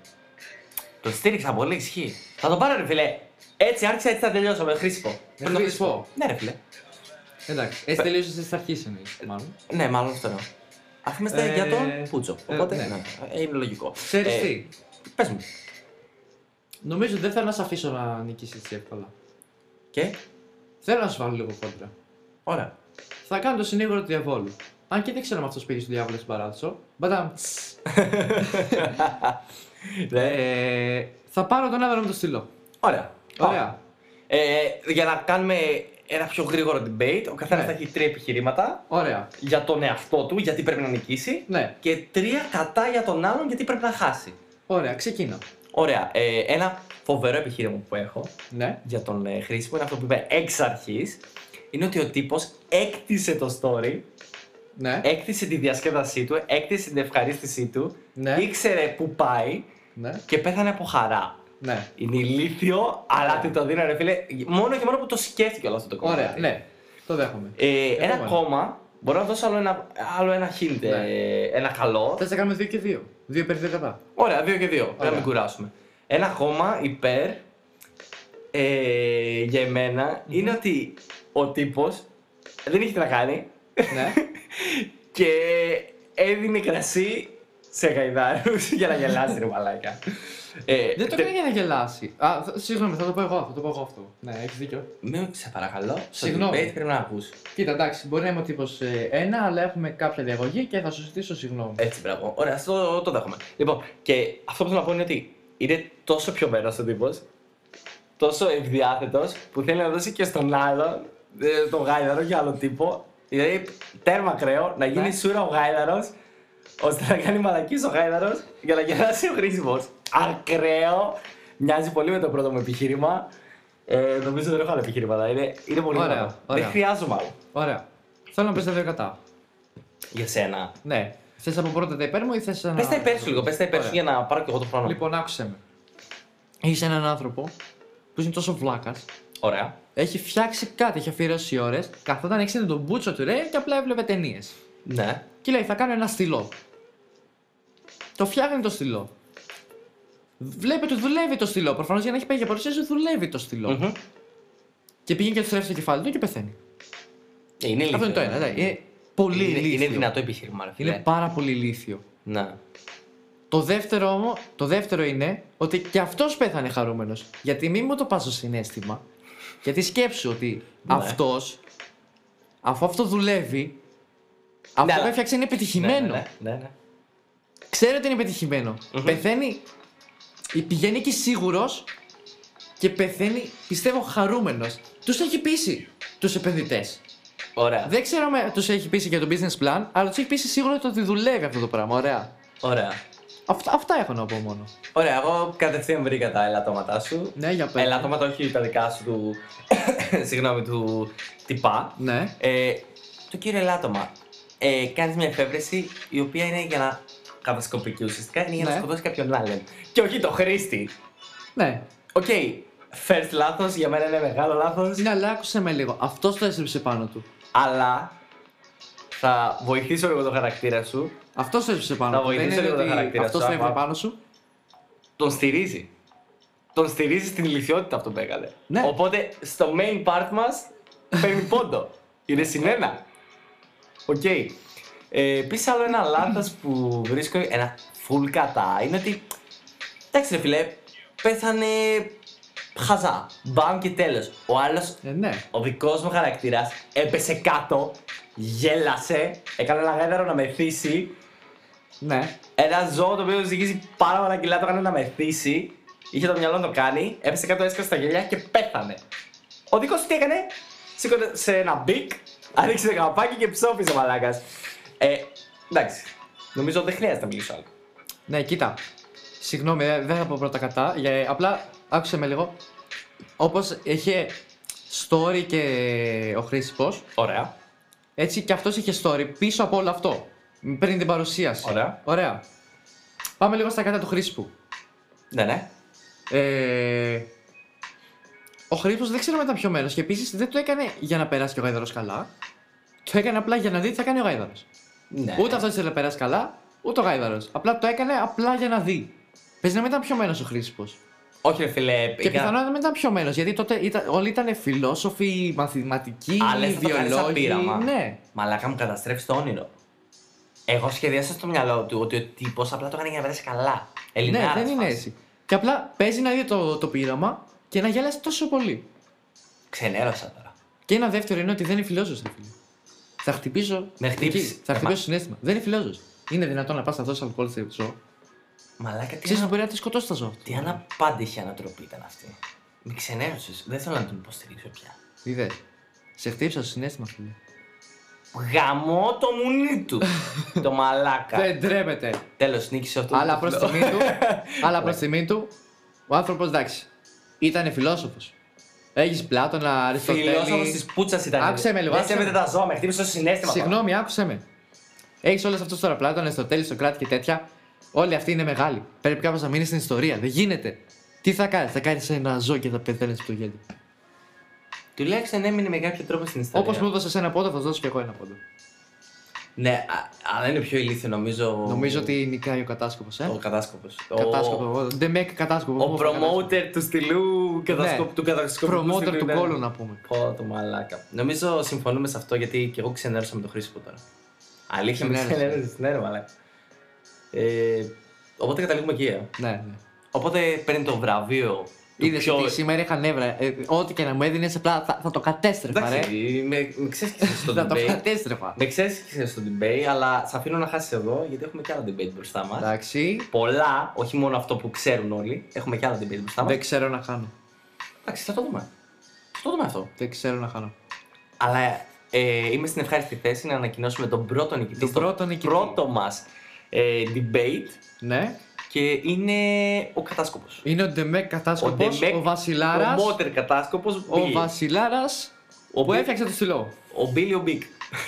[SPEAKER 1] Το στήριξα πολύ, ισχύει. Θα τον πάρω, ρε φιλέ. Έτσι άρχισα, έτσι θα τελειώσω με χρήσιμο.
[SPEAKER 2] Με το χρήσιμο.
[SPEAKER 1] Ναι, ρε φιλέ.
[SPEAKER 2] Εντάξει. Έτσι τελείωσε στι αρχέ εννοείς, μάλλον.
[SPEAKER 1] Ναι, μάλλον αυτό εννοώ. Αφήμαστε
[SPEAKER 2] Ε,
[SPEAKER 1] για τον Πούτσο.
[SPEAKER 2] ε,
[SPEAKER 1] Οπότε
[SPEAKER 2] ναι.
[SPEAKER 1] ναι. ε, είναι λογικό.
[SPEAKER 2] Ξέρεις
[SPEAKER 1] Ε,
[SPEAKER 2] τι.
[SPEAKER 1] Πες μου.
[SPEAKER 2] Νομίζω δεν θέλω να σε αφήσω να νικήσεις έτσι εύκολα.
[SPEAKER 1] Και.
[SPEAKER 2] Θέλω να σου βάλω λίγο κόντρα. *laughs*
[SPEAKER 1] Ωραία.
[SPEAKER 2] Θα κάνω το συνήγορο του διαβόλου. Αν και δεν ξέρω αν αυτό πήγε στο διάβολο στην παράδεισο. Μπατάμ.
[SPEAKER 1] Ναι.
[SPEAKER 2] Ε, θα πάρω τον άδερο με το στυλό.
[SPEAKER 1] Ωραία.
[SPEAKER 2] Ωραία.
[SPEAKER 1] Ε, για να κάνουμε ένα πιο γρήγορο debate, ο καθένας
[SPEAKER 2] Ναι.
[SPEAKER 1] θα έχει τρία επιχειρήματα
[SPEAKER 2] Ωραία.
[SPEAKER 1] για τον εαυτό του, γιατί πρέπει να νικήσει,
[SPEAKER 2] Ναι.
[SPEAKER 1] και τρία κατά για τον άλλον, γιατί πρέπει να χάσει.
[SPEAKER 2] Ωραία. Ξεκίνα.
[SPEAKER 1] Ωραία. Ε, ένα φοβερό επιχείρημα που έχω
[SPEAKER 2] Ναι.
[SPEAKER 1] για τον ε, χρήσιμο είναι αυτό που είπε εξ αρχής. Είναι ότι ο τύπος έκτισε το story
[SPEAKER 2] Ναι.
[SPEAKER 1] έκτισε τη διασκέδασή του, έκτισε την ευχαρίστησή του,
[SPEAKER 2] Ναι.
[SPEAKER 1] ήξερε που πάει
[SPEAKER 2] Ναι.
[SPEAKER 1] και πέθανε από χαρά.
[SPEAKER 2] Ναι.
[SPEAKER 1] Είναι ηλίθιο, αλλά τι το δίνω ρε φίλε, μόνο και μόνο που το σκέφτηκε όλο αυτό το κομμάτι.
[SPEAKER 2] Ωραία. Ναι. Το δέχομαι.
[SPEAKER 1] Ε, ένα
[SPEAKER 2] Επόμενο.
[SPEAKER 1] ακόμα, μπορώ να δώσω άλλο ένα, άλλο ένα hint, ε,
[SPEAKER 2] Ναι.
[SPEAKER 1] ένα καλό.
[SPEAKER 2] Θες να κάνουμε 2 και 2. 2 υπέρ 2
[SPEAKER 1] *laughs*
[SPEAKER 2] κατά.
[SPEAKER 1] Ωραία, δύο και δύο, να
[SPEAKER 2] Ωραία.
[SPEAKER 1] μην κουράσουμε. Ένα ακόμα υπέρ, ε, για εμενα είναι ότι ο τύπος δεν είχε τι να κάνει
[SPEAKER 2] ναι.
[SPEAKER 1] και έδινε κρασί σε γαϊδάρους *laughs* για να γελάσει, ρε μαλάκα. Ε,
[SPEAKER 2] Δεν το
[SPEAKER 1] τε-
[SPEAKER 2] έκανε για να γελάσει. Α, θα- συγγνώμη, θα το πω εγώ, θα το πω εγώ αυτό. Ναι, έχεις δίκιο.
[SPEAKER 1] Με, σε παρακαλώ, στο
[SPEAKER 2] Συγγνώμη.
[SPEAKER 1] debate πρέπει να ακούς.
[SPEAKER 2] Κοίτα, εντάξει, μπορεί να είμαι ο τύπος ένα, αλλά έχουμε κάποια διαγωγή και θα σου ζητήσω συγγνώμη.
[SPEAKER 1] Έτσι, μπράβο. Ωραία, αυτό το δέχομαι. Λοιπόν, και αυτό που θέλω να πω είναι ότι είναι τόσο πιο μέρα ο τύπος, τόσο ευδιάθετος, που θέλει να δώσει και στον άλλον, ε, τον γάιδαρο για άλλο τύπο. Δηλαδή, τέρμα κρέο, να γίνει
[SPEAKER 2] Ναι.
[SPEAKER 1] σούρα ο γάιδαρος, ώστε να κάνει μαλακής ο γάιδαρος για να γελάσει ο χρήσιμο. Ακραίο! Μοιάζει πολύ με το πρώτο μου επιχείρημα. Ε, νομίζω δεν έχω άλλα επιχείρηματα. Είναι, είναι πολύ
[SPEAKER 2] Ωραία,
[SPEAKER 1] ωραίο. Δεν
[SPEAKER 2] ωραία.
[SPEAKER 1] χρειάζομαι άλλο.
[SPEAKER 2] Ωραία. Θέλω να πει τα δύο κατά.
[SPEAKER 1] Για σένα.
[SPEAKER 2] Ναι. Θες από πρώτα τα υπέρ μου ή θες να.
[SPEAKER 1] Πες τα υπέρ σου λίγο, πες τα υπέρ
[SPEAKER 2] Ωραία.
[SPEAKER 1] σου για να πάρω και εγώ το χρόνο.
[SPEAKER 2] Λοιπόν, άκουσε με. Έχει έναν άνθρωπο που είναι τόσο βλάκας.
[SPEAKER 1] Ωραία.
[SPEAKER 2] Έχει φτιάξει κάτι, έχει αφιερώσει ώρες. Καθόταν έξινε τον μπούτσο του ρε και απλά έβλεπε ταινίες.
[SPEAKER 1] Ναι.
[SPEAKER 2] Και λέει, θα κάνω ένα στυλό. Το φτιάχνει το στυλό. Βλέπει ότι δουλεύει το στυλό. Προφανώς για να έχει πάει για παρουσίαση, δουλεύει το στυλό.
[SPEAKER 1] Μμμ.
[SPEAKER 2] Και πήγαινε και του τρέφει το κεφάλι του και πεθαίνει.
[SPEAKER 1] Ε, Είναι ηλίθιο.
[SPEAKER 2] Αυτό είναι το ένα. εντάξει. Είναι πολύ
[SPEAKER 1] είναι,
[SPEAKER 2] ηλίθιο.
[SPEAKER 1] είναι δυνατό ναι. επιχείρημα, ρε φίλε. Ναι.
[SPEAKER 2] Είναι πάρα πολύ ηλίθιο.
[SPEAKER 1] Να.
[SPEAKER 2] Το δεύτερο όμω, το δεύτερο είναι ότι και αυτός πέθανε χαρούμενος. Γιατί μην μου το πας στο συνέστημα. Γιατί σκέψου ότι
[SPEAKER 1] Ναι.
[SPEAKER 2] αυτός, αφού αυτό δουλεύει, αυτό
[SPEAKER 1] Ναι,
[SPEAKER 2] που
[SPEAKER 1] αλλά-
[SPEAKER 2] έφτιαξε είναι επιτυχημένο.
[SPEAKER 1] Ναι, ναι, ναι, ναι.
[SPEAKER 2] Ξέρει ότι είναι επιτυχημένο.
[SPEAKER 1] Μμμ.
[SPEAKER 2] Πεθαίνει. Πηγαίνει εκεί σίγουρος και πεθαίνει, πιστεύω, χαρούμενος. Τους έχει πείσει τους επενδυτές.
[SPEAKER 1] Ωραία.
[SPEAKER 2] Δεν ξέρω αν τους έχει πείσει για το business plan, αλλά τους έχει πείσει σίγουρα το ότι δουλεύει αυτό το πράγμα. Ωραία.
[SPEAKER 1] Ωραία.
[SPEAKER 2] Αυτά, αυτά έχω να πω μόνο.
[SPEAKER 1] Ωραία, εγώ κατευθείαν βρήκα τα ελαττώματά σου.
[SPEAKER 2] Ναι, για πέρα.
[SPEAKER 1] Ελαττώματα, όχι τα δικά σου του. *coughs* Συγγνώμη, του τυπά.
[SPEAKER 2] Ναι.
[SPEAKER 1] Ε, το κύριο ελάττωμα. Ε, Κάνεις μια εφεύρεση η οποία είναι για να καβασκοπική ουσιαστικά, είναι για να
[SPEAKER 2] Ναι.
[SPEAKER 1] σκοτώσει κάποιον άλλον. Και όχι το χρήστη.
[SPEAKER 2] Ναι.
[SPEAKER 1] Οκ. First λάθος, για μένα είναι μεγάλο λάθος.
[SPEAKER 2] Ναι, αλλά άκουσε με λίγο. Αυτός το έστρεψε πάνω του.
[SPEAKER 1] Αλλά θα βοηθήσω λίγο το χαρακτήρα σου.
[SPEAKER 2] Αυτός το έστρεψε πάνω
[SPEAKER 1] Θα
[SPEAKER 2] του.
[SPEAKER 1] βοηθήσω λίγο τον χαρακτήρα
[SPEAKER 2] αυτός
[SPEAKER 1] σου,
[SPEAKER 2] το
[SPEAKER 1] άμα-
[SPEAKER 2] έβλεπε πάνω σου.
[SPEAKER 1] Τον στηρίζει. Τον στηρίζει στην ηλικιότητα αυτό που έκανε.
[SPEAKER 2] Ναι.
[SPEAKER 1] Οπότε στο main part μας παίρνει πόντο. Είναι συνένα. Οκ. Ε, Επίσης, άλλο ένα λάθος που βρίσκω, ένα full κατά, είναι ότι. Εντάξει, ρε φιλέ, πέθανε χαζά. Μπαμ και τέλος. Ο άλλος
[SPEAKER 2] Ε, ναι.
[SPEAKER 1] Ο δικός μου χαρακτήρας έπεσε κάτω, γέλασε, έκανε ένα γάιδαρο να μεθύσει.
[SPEAKER 2] Ναι.
[SPEAKER 1] Ένα ζώο το οποίο ζυγίζει πάρα πολλά κιλά το έκανε να μεθύσει. Είχε το μυαλό να το κάνει, έπεσε κάτω, έσκασε τα γελιά και πέθανε. Ο δικός του τι έκανε, σήκωνε σε ένα μπικ, άνοιξε το καπάκι και ψόφιζε μαλάκας. Ε, εντάξει. Νομίζω δεν χρειάζεται να μιλήσω άλλο.
[SPEAKER 2] Ναι, κοίτα. Συγγνώμη, ε, δεν θα πω πρώτα κατά. Για, ε, απλά άκουσε με λίγο. Όπως είχε story και ο Χρήσιπο,
[SPEAKER 1] Ωραία.
[SPEAKER 2] έτσι και αυτός είχε story πίσω από όλο αυτό. Πριν την παρουσίαση.
[SPEAKER 1] Ωραία.
[SPEAKER 2] Ωραία. Πάμε λίγο στα κατά του Χρήσιπου.
[SPEAKER 1] Ναι, ναι.
[SPEAKER 2] Ε, ο Χρήστο δεν ξέρω μετά ποιο μέρος και επίσης δεν το έκανε για να περάσει και ο Γάιδαρο καλά. Το έκανε απλά για να δει τι θα κάνει ο Γάιδαρο.
[SPEAKER 1] ναι.
[SPEAKER 2] Ούτε αυτός ήθελε να περάσει καλά, ούτε ο Γάιδαρο. Απλά το έκανε απλά για να δει. Πες να μην ήταν πιωμένο ο Χρήστο.
[SPEAKER 1] Όχι, ρε φιλέ.
[SPEAKER 2] Και πιθανόν να μην ήταν πιωμένο γιατί τότε ήταν, όλοι ήταν φιλόσοφοι, μαθηματικοί,
[SPEAKER 1] Αλλά θα το κάνεις σαν
[SPEAKER 2] βιολόγοι.
[SPEAKER 1] πείραμα.
[SPEAKER 2] Ναι.
[SPEAKER 1] Μαλάκα μου καταστρέφει το όνειρο. Εγώ σχεδιάσα στο μυαλό του ότι ο τύπος απλά το έκανε για να περάσει καλά.
[SPEAKER 2] ναι,
[SPEAKER 1] Ελληνάρα.
[SPEAKER 2] δεν είναι έτσι. Και απλά παίζει να δει το, το πείραμα και να γέλασε τόσο πολύ.
[SPEAKER 1] Ξενέρωσα τώρα.
[SPEAKER 2] Και ένα δεύτερο είναι ότι δεν είναι φιλόζωο, ρε φίλε. Θα χτυπήσω.
[SPEAKER 1] Με χτύπησε.
[SPEAKER 2] εκεί, Θα
[SPEAKER 1] Ε,
[SPEAKER 2] χτυπήσω
[SPEAKER 1] μα-
[SPEAKER 2] συνέστημα. Δεν είναι φιλόζωο. Είναι δυνατόν να πας να δώσεις αλκοόλ σε ζώο.
[SPEAKER 1] Μαλάκα, τι,
[SPEAKER 2] Ξέρεις
[SPEAKER 1] ανα...
[SPEAKER 2] ότι μπορεί να τη σκοτώσει τα ζώα. αυτά.
[SPEAKER 1] τι αναπάντηχη ανατροπή ήταν αυτή. Με ξενέρωσες. Δεν θέλω να τον υποστηρίξω πια.
[SPEAKER 2] Είδες. Σε χτύπησα στο συνέστημα, φίλε.
[SPEAKER 1] Γαμώ το μουνί
[SPEAKER 2] *laughs*
[SPEAKER 1] του. το μαλάκα.
[SPEAKER 2] Δεν τρέπεται.
[SPEAKER 1] Τέλος, νίκησε αυτό.
[SPEAKER 2] Αλλά
[SPEAKER 1] το
[SPEAKER 2] προ
[SPEAKER 1] φιλό.
[SPEAKER 2] τιμή
[SPEAKER 1] *laughs*
[SPEAKER 2] του. Αλλά
[SPEAKER 1] Ναι.
[SPEAKER 2] προ τιμή του. Ο άνθρωπος εντάξει. Ήταν φιλόσοφος. Έχεις πλάτωνα,
[SPEAKER 1] Φιλόσοφος
[SPEAKER 2] αριστοτέλη.
[SPEAKER 1] της πούτσας ήταν.
[SPEAKER 2] Άκουσε με λίγο,
[SPEAKER 1] Δεν
[SPEAKER 2] άκουσε με.
[SPEAKER 1] σέβεται τα ζώα, με χτύπησε το συνέστημα. τώρα.
[SPEAKER 2] Συγγνώμη, άκουσε με. Έχεις όλου αυτούς τώρα πλάτων, στο τέλο, στο κράτη και τέτοια. Όλοι αυτοί είναι μεγάλοι. Πρέπει κάπω να μείνει στην ιστορία. Δεν γίνεται. Τι θα κάνεις, θα κάνεις ένα ζώο και θα πεθαίνεις από το γέλιο.
[SPEAKER 1] Τουλάχιστον έμεινε με κάποιο τρόπο στην ιστορία.
[SPEAKER 2] Όπως μου έδωσε ένα πόντο, θα σου δώσω και εγώ ένα πόντο.
[SPEAKER 1] Ναι, α- αλλά είναι πιο ηλίθιο νομίζω.
[SPEAKER 2] Νομίζω ότι νικάει ο κατάσκοπος, ε.
[SPEAKER 1] Ο κατάσκοπος.
[SPEAKER 2] Κατάσκοπο, εγώ. Δεν με κατάσκοπο.
[SPEAKER 1] Ο promoter του στυλού κατασκοπ, του κατασκοπικού
[SPEAKER 2] Προμότερ
[SPEAKER 1] στυλού ναι.
[SPEAKER 2] Ναι. του
[SPEAKER 1] ήταν-
[SPEAKER 2] κόλλου να πούμε.
[SPEAKER 1] Πω το μαλάκα. Νομίζω συμφωνούμε σε αυτό γιατί και εγώ ξενέρωσα με τον Χρήσιμο τώρα. Αλήθεια, με
[SPEAKER 2] Ξενέρωσε.
[SPEAKER 1] ξενέρωσες, ναι ρε μαλάκα. Ε, οπότε καταλήγουμε εκεί. ε.
[SPEAKER 2] Ναι, ναι.
[SPEAKER 1] Οπότε παίρνει το βραβείο. του
[SPEAKER 2] Είδες
[SPEAKER 1] πιο-
[SPEAKER 2] ότι σήμερα είχα νεύρα. Ε, ό,τι και να μου έδινες, απλά θα, θα το κατέστρεφα, ρε.
[SPEAKER 1] Εντάξει, με, με ξέσχισε
[SPEAKER 2] *laughs*
[SPEAKER 1] στο
[SPEAKER 2] Θα το
[SPEAKER 1] debate. Ναι.
[SPEAKER 2] κατέστρεφα.
[SPEAKER 1] με ξέσχισε στο debate, αλλά σε αφήνω να χάσεις εδώ γιατί έχουμε και άλλα debate μπροστά μας.
[SPEAKER 2] Εντάξει.
[SPEAKER 1] Πολλά, όχι μόνο αυτό που ξέρουν όλοι. Έχουμε και άλλα debate μπροστά μας.
[SPEAKER 2] Δεν ξέρω να χάνω.
[SPEAKER 1] Εντάξει, θα το δούμε. Θα το δούμε αυτό.
[SPEAKER 2] Δεν ξέρω να χάνω.
[SPEAKER 1] Αλλά ε, είμαι στην ευχάριστη θέση να ανακοινώσουμε τον πρώτο νικητή.
[SPEAKER 2] Τον
[SPEAKER 1] στο
[SPEAKER 2] Λοιπόν, πρώτο νικητή.
[SPEAKER 1] Πρώτο μας ε, debate
[SPEAKER 2] Ναι.
[SPEAKER 1] και είναι ο κατάσκοπος.
[SPEAKER 2] Είναι ο Ντεμέκ κατάσκοπος,
[SPEAKER 1] Ο Ντεμέκ,
[SPEAKER 2] ο Βασιλάρας.
[SPEAKER 1] Ο Μότερ κατάσκοπος.
[SPEAKER 2] Ο Βασιλάρας
[SPEAKER 1] Ο
[SPEAKER 2] που
[SPEAKER 1] Μπι-
[SPEAKER 2] έφτιαξε το στυλό.
[SPEAKER 1] Ο Μπίλιο Μπίκ. *laughs*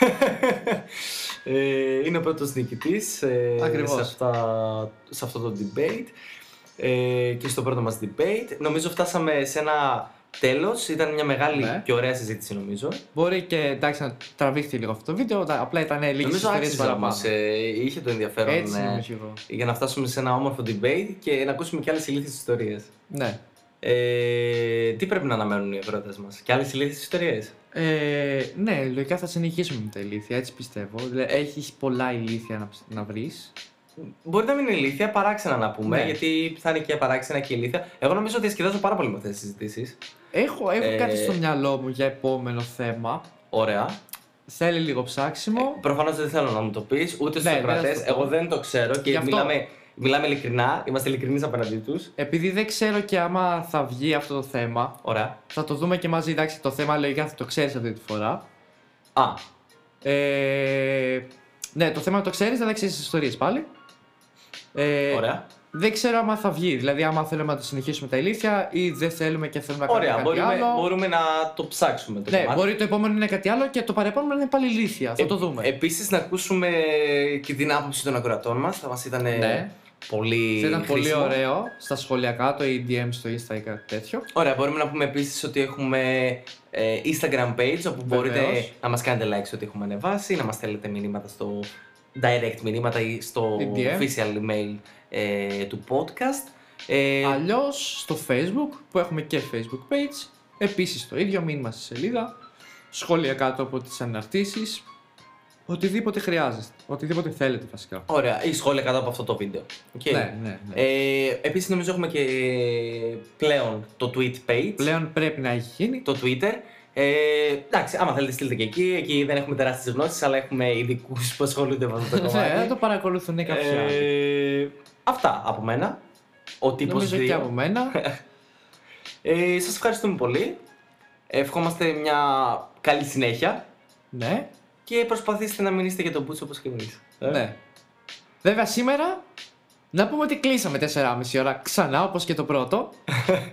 [SPEAKER 1] ε, είναι ο πρώτος νικητής ε,
[SPEAKER 2] Ακριβώς.
[SPEAKER 1] σε, αυτά, σε αυτό το debate ε, και στο πρώτο μας debate. Νομίζω φτάσαμε σε ένα τέλος. Ήταν μια μεγάλη
[SPEAKER 2] Ναι.
[SPEAKER 1] και ωραία συζήτηση νομίζω.
[SPEAKER 2] Μπορεί και εντάξει να τραβήχτηκε λίγο αυτό το βίντεο, τα- απλά ήταν λίγες
[SPEAKER 1] νομίζω
[SPEAKER 2] ιστορίες
[SPEAKER 1] άξιζε
[SPEAKER 2] παραπάνω.
[SPEAKER 1] όμως. Ε, είχε το ενδιαφέρον
[SPEAKER 2] Έτσι
[SPEAKER 1] ε,
[SPEAKER 2] νομίζω εγώ.
[SPEAKER 1] για να φτάσουμε σε ένα όμορφο debate και να ακούσουμε και άλλες ηλίθιες ιστορίες.
[SPEAKER 2] Ναι.
[SPEAKER 1] Ε, τι πρέπει να αναμένουν οι ευρωτές μας και άλλες ηλίθιες ιστορίες.
[SPEAKER 2] Ε, ναι, λογικά θα συνεχίσουμε με τα ηλίθια, έτσι πιστεύω. Δηλαδή, έχεις πολλά ηλίθια να, ψ- να βρεις.
[SPEAKER 1] Μπορεί να μην είναι ηλίθια, παράξενα να πούμε,
[SPEAKER 2] Ναι.
[SPEAKER 1] γιατί θα είναι και παράξενα και ηλίθια. Εγώ νομίζω ότι διασκεδάζω πάρα πολύ με αυτές τις συζητήσεις.
[SPEAKER 2] Έχω, έχω
[SPEAKER 1] Ε,
[SPEAKER 2] κάτι στο μυαλό μου για επόμενο θέμα.
[SPEAKER 1] Ωραία.
[SPEAKER 2] Θέλει λίγο ψάξιμο.
[SPEAKER 1] Προφανώς δεν θέλω να μου το πεις, ούτε στους
[SPEAKER 2] Ναι, δεν θα
[SPEAKER 1] ακροατέ.
[SPEAKER 2] σου το πω.
[SPEAKER 1] Εγώ δεν το ξέρω
[SPEAKER 2] Γι'
[SPEAKER 1] και
[SPEAKER 2] αυτό.
[SPEAKER 1] μιλάμε, μιλάμε ειλικρινά. Είμαστε ειλικρινείς απέναντί τους.
[SPEAKER 2] Επειδή δεν ξέρω και άμα θα βγει αυτό το θέμα,
[SPEAKER 1] Ωραία.
[SPEAKER 2] θα το δούμε και μαζί. Εντάξει, το θέμα λογικά θα το ξέρεις αυτή τη φορά.
[SPEAKER 1] Α,
[SPEAKER 2] Ε, ναι, το θέμα το ξέρεις, αλλά ξέρει ιστορίες πάλι. Ε,
[SPEAKER 1] ωραία.
[SPEAKER 2] Δεν ξέρω άμα θα βγει. Δηλαδή, άμα θέλουμε να το συνεχίσουμε τα ηλίθια ή δεν θέλουμε και θέλουμε να κάνουμε
[SPEAKER 1] Ωραία.
[SPEAKER 2] κάτι
[SPEAKER 1] Μπορούμε,
[SPEAKER 2] άλλο.
[SPEAKER 1] μπορούμε να το ψάξουμε το Ε,
[SPEAKER 2] Ναι, μπορεί το επόμενο είναι κάτι άλλο και το παρεπόμενο είναι πάλι ηλίθια. Θα το δούμε.
[SPEAKER 1] Επίσης, να ακούσουμε και την άποψη των ακροατών μας. Θα μας ήταν
[SPEAKER 2] Ναι.
[SPEAKER 1] πολύ.
[SPEAKER 2] Θα ήταν πολύ
[SPEAKER 1] χρήσιμο.
[SPEAKER 2] ωραίο στα σχόλια κάτω ή DM στο Insta ή κάτι τέτοιο.
[SPEAKER 1] Ωραία, μπορούμε να πούμε επίσης ότι έχουμε ε, Instagram page όπου μπορείτε
[SPEAKER 2] Βεβαίως.
[SPEAKER 1] να μας κάνετε like σε ό,τι έχουμε ανεβάσει, να μας στέλνετε μηνύματα στο direct μηνύματα ή στο
[SPEAKER 2] Ή DM.
[SPEAKER 1] official email ε, του podcast. Ε,
[SPEAKER 2] Αλλιώς στο Facebook που έχουμε και Facebook page. Επίσης το ίδιο μήνυμα στη σελίδα. Σχόλια κάτω από τις αναρτήσεις. Οτιδήποτε χρειάζεστε. Οτιδήποτε θέλετε βασικά.
[SPEAKER 1] ωραία, ή σχόλια κάτω από αυτό το βίντεο. Okay.
[SPEAKER 2] Ναι, ναι, ναι.
[SPEAKER 1] Ε, Επίσης, νομίζω έχουμε και πλέον το tweet page,
[SPEAKER 2] Πλέον πρέπει να έχει γίνει.
[SPEAKER 1] το Twitter. Ε, εντάξει, άμα θέλετε, στείλτε και εκεί. Εκεί δεν έχουμε τεράστιες γνώσεις, αλλά έχουμε ειδικούς που ασχολούνται με αυτό το κομμάτι.
[SPEAKER 2] *laughs* Ναι, να το παρακολουθούν κάποιοι άλλοι.
[SPEAKER 1] Ε, αυτά από μένα. Ο τύπος
[SPEAKER 2] Νομίζω και
[SPEAKER 1] 2.
[SPEAKER 2] από μένα.
[SPEAKER 1] Ε, Σας ευχαριστούμε πολύ. Ευχόμαστε μια καλή συνέχεια
[SPEAKER 2] *laughs* ναι,
[SPEAKER 1] και προσπαθήστε να μην είστε για τον Μπούτσο όπως και Ε, εμεί.
[SPEAKER 2] ναι. Βέβαια σήμερα να πούμε ότι κλείσαμε 4,5 ώρα ξανά όπως και το
[SPEAKER 1] *laughs*
[SPEAKER 2] πρώτο.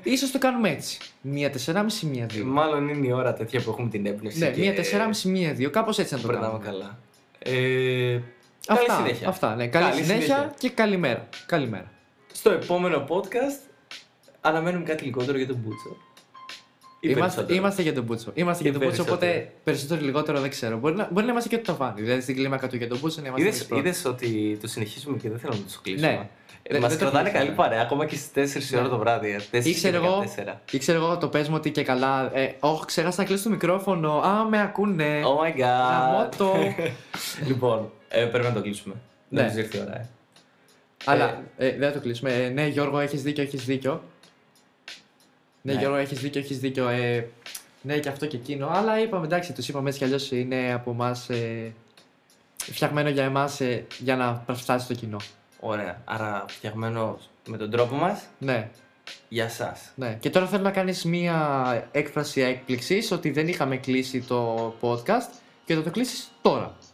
[SPEAKER 2] Ίσως το κάνουμε έτσι. Μία 4,5, μία 2.
[SPEAKER 1] Μάλλον είναι η ώρα τέτοια που έχουμε την έμπνευση.
[SPEAKER 2] Ναι,
[SPEAKER 1] και
[SPEAKER 2] μία 4,5, μία 2. Κάπως έτσι να το
[SPEAKER 1] Περνάμε
[SPEAKER 2] κάνουμε.
[SPEAKER 1] καλά. Ε,
[SPEAKER 2] Αυτά,
[SPEAKER 1] καλή συνέχεια.
[SPEAKER 2] Αυτά, ναι. Καλή,
[SPEAKER 1] Καλή
[SPEAKER 2] συνέχεια,
[SPEAKER 1] συνέχεια.
[SPEAKER 2] και καλημέρα. Καλημέρα.
[SPEAKER 1] Στο επόμενο podcast αναμένουμε κάτι λιγότερο για τον Μπούτσο. Ή
[SPEAKER 2] Είμαστε,
[SPEAKER 1] περισσότερο.
[SPEAKER 2] είμαστε για τον Μπούτσο. Είμαστε
[SPEAKER 1] Ή
[SPEAKER 2] για τον Μπούτσο, οπότε
[SPEAKER 1] περισσότερο.
[SPEAKER 2] περισσότερο ή λιγότερο δεν ξέρω. Μπορεί να, μπορεί να είμαστε και το ταβάνι. Δηλαδή στην κλίμακα του για τον Μπούτσο να είμαστε
[SPEAKER 1] Είδες,
[SPEAKER 2] εμείς πρώτοι.
[SPEAKER 1] είδες ότι το συνεχίζουμε και δεν θέλω να το κλείσουμε.
[SPEAKER 2] Ναι.
[SPEAKER 1] Ε,
[SPEAKER 2] Δεν-
[SPEAKER 1] Μας
[SPEAKER 2] δεν το
[SPEAKER 1] κρατάνε
[SPEAKER 2] κλείσαμε.
[SPEAKER 1] καλή παρέα ακόμα και στις 4 η ώρα το βράδυ. ε. 4
[SPEAKER 2] Ήξερε εγώ, ήξερε εγώ το πες μου ότι και καλά. Ε, όχι, ξέχασα να κλείσω το μικρόφωνο. Α, με ακούνε.
[SPEAKER 1] Oh my
[SPEAKER 2] Γαμώ
[SPEAKER 1] god.
[SPEAKER 2] το.
[SPEAKER 1] *laughs* λοιπόν, ε, πρέπει να το κλείσουμε.
[SPEAKER 2] Ναι.
[SPEAKER 1] Δεν μας ήρθε η ώρα. Ε.
[SPEAKER 2] Αλλά ε, δεν θα το κλείσουμε. Ε, ναι, Γιώργο, έχεις δίκιο, έχεις δίκιο. Ναι,
[SPEAKER 1] Ναι.
[SPEAKER 2] Γιώργο, έχεις δίκιο, έχεις δίκιο. Ε, ναι, και αυτό και εκείνο. Αλλά είπαμε, εντάξει, τους είπαμε έτσι κι αλλιώς είναι από εμάς. Ε, φτιαγμένο για εμάς ε, για να φτάσει στο κοινό.
[SPEAKER 1] Ωραία. Άρα φτιαγμένο με τον τρόπο μας
[SPEAKER 2] Ναι,
[SPEAKER 1] για σας.
[SPEAKER 2] ναι. Και τώρα θέλω να κάνεις μία έκφραση έκπληξης ότι δεν είχαμε κλείσει το podcast και θα το κλείσεις τώρα.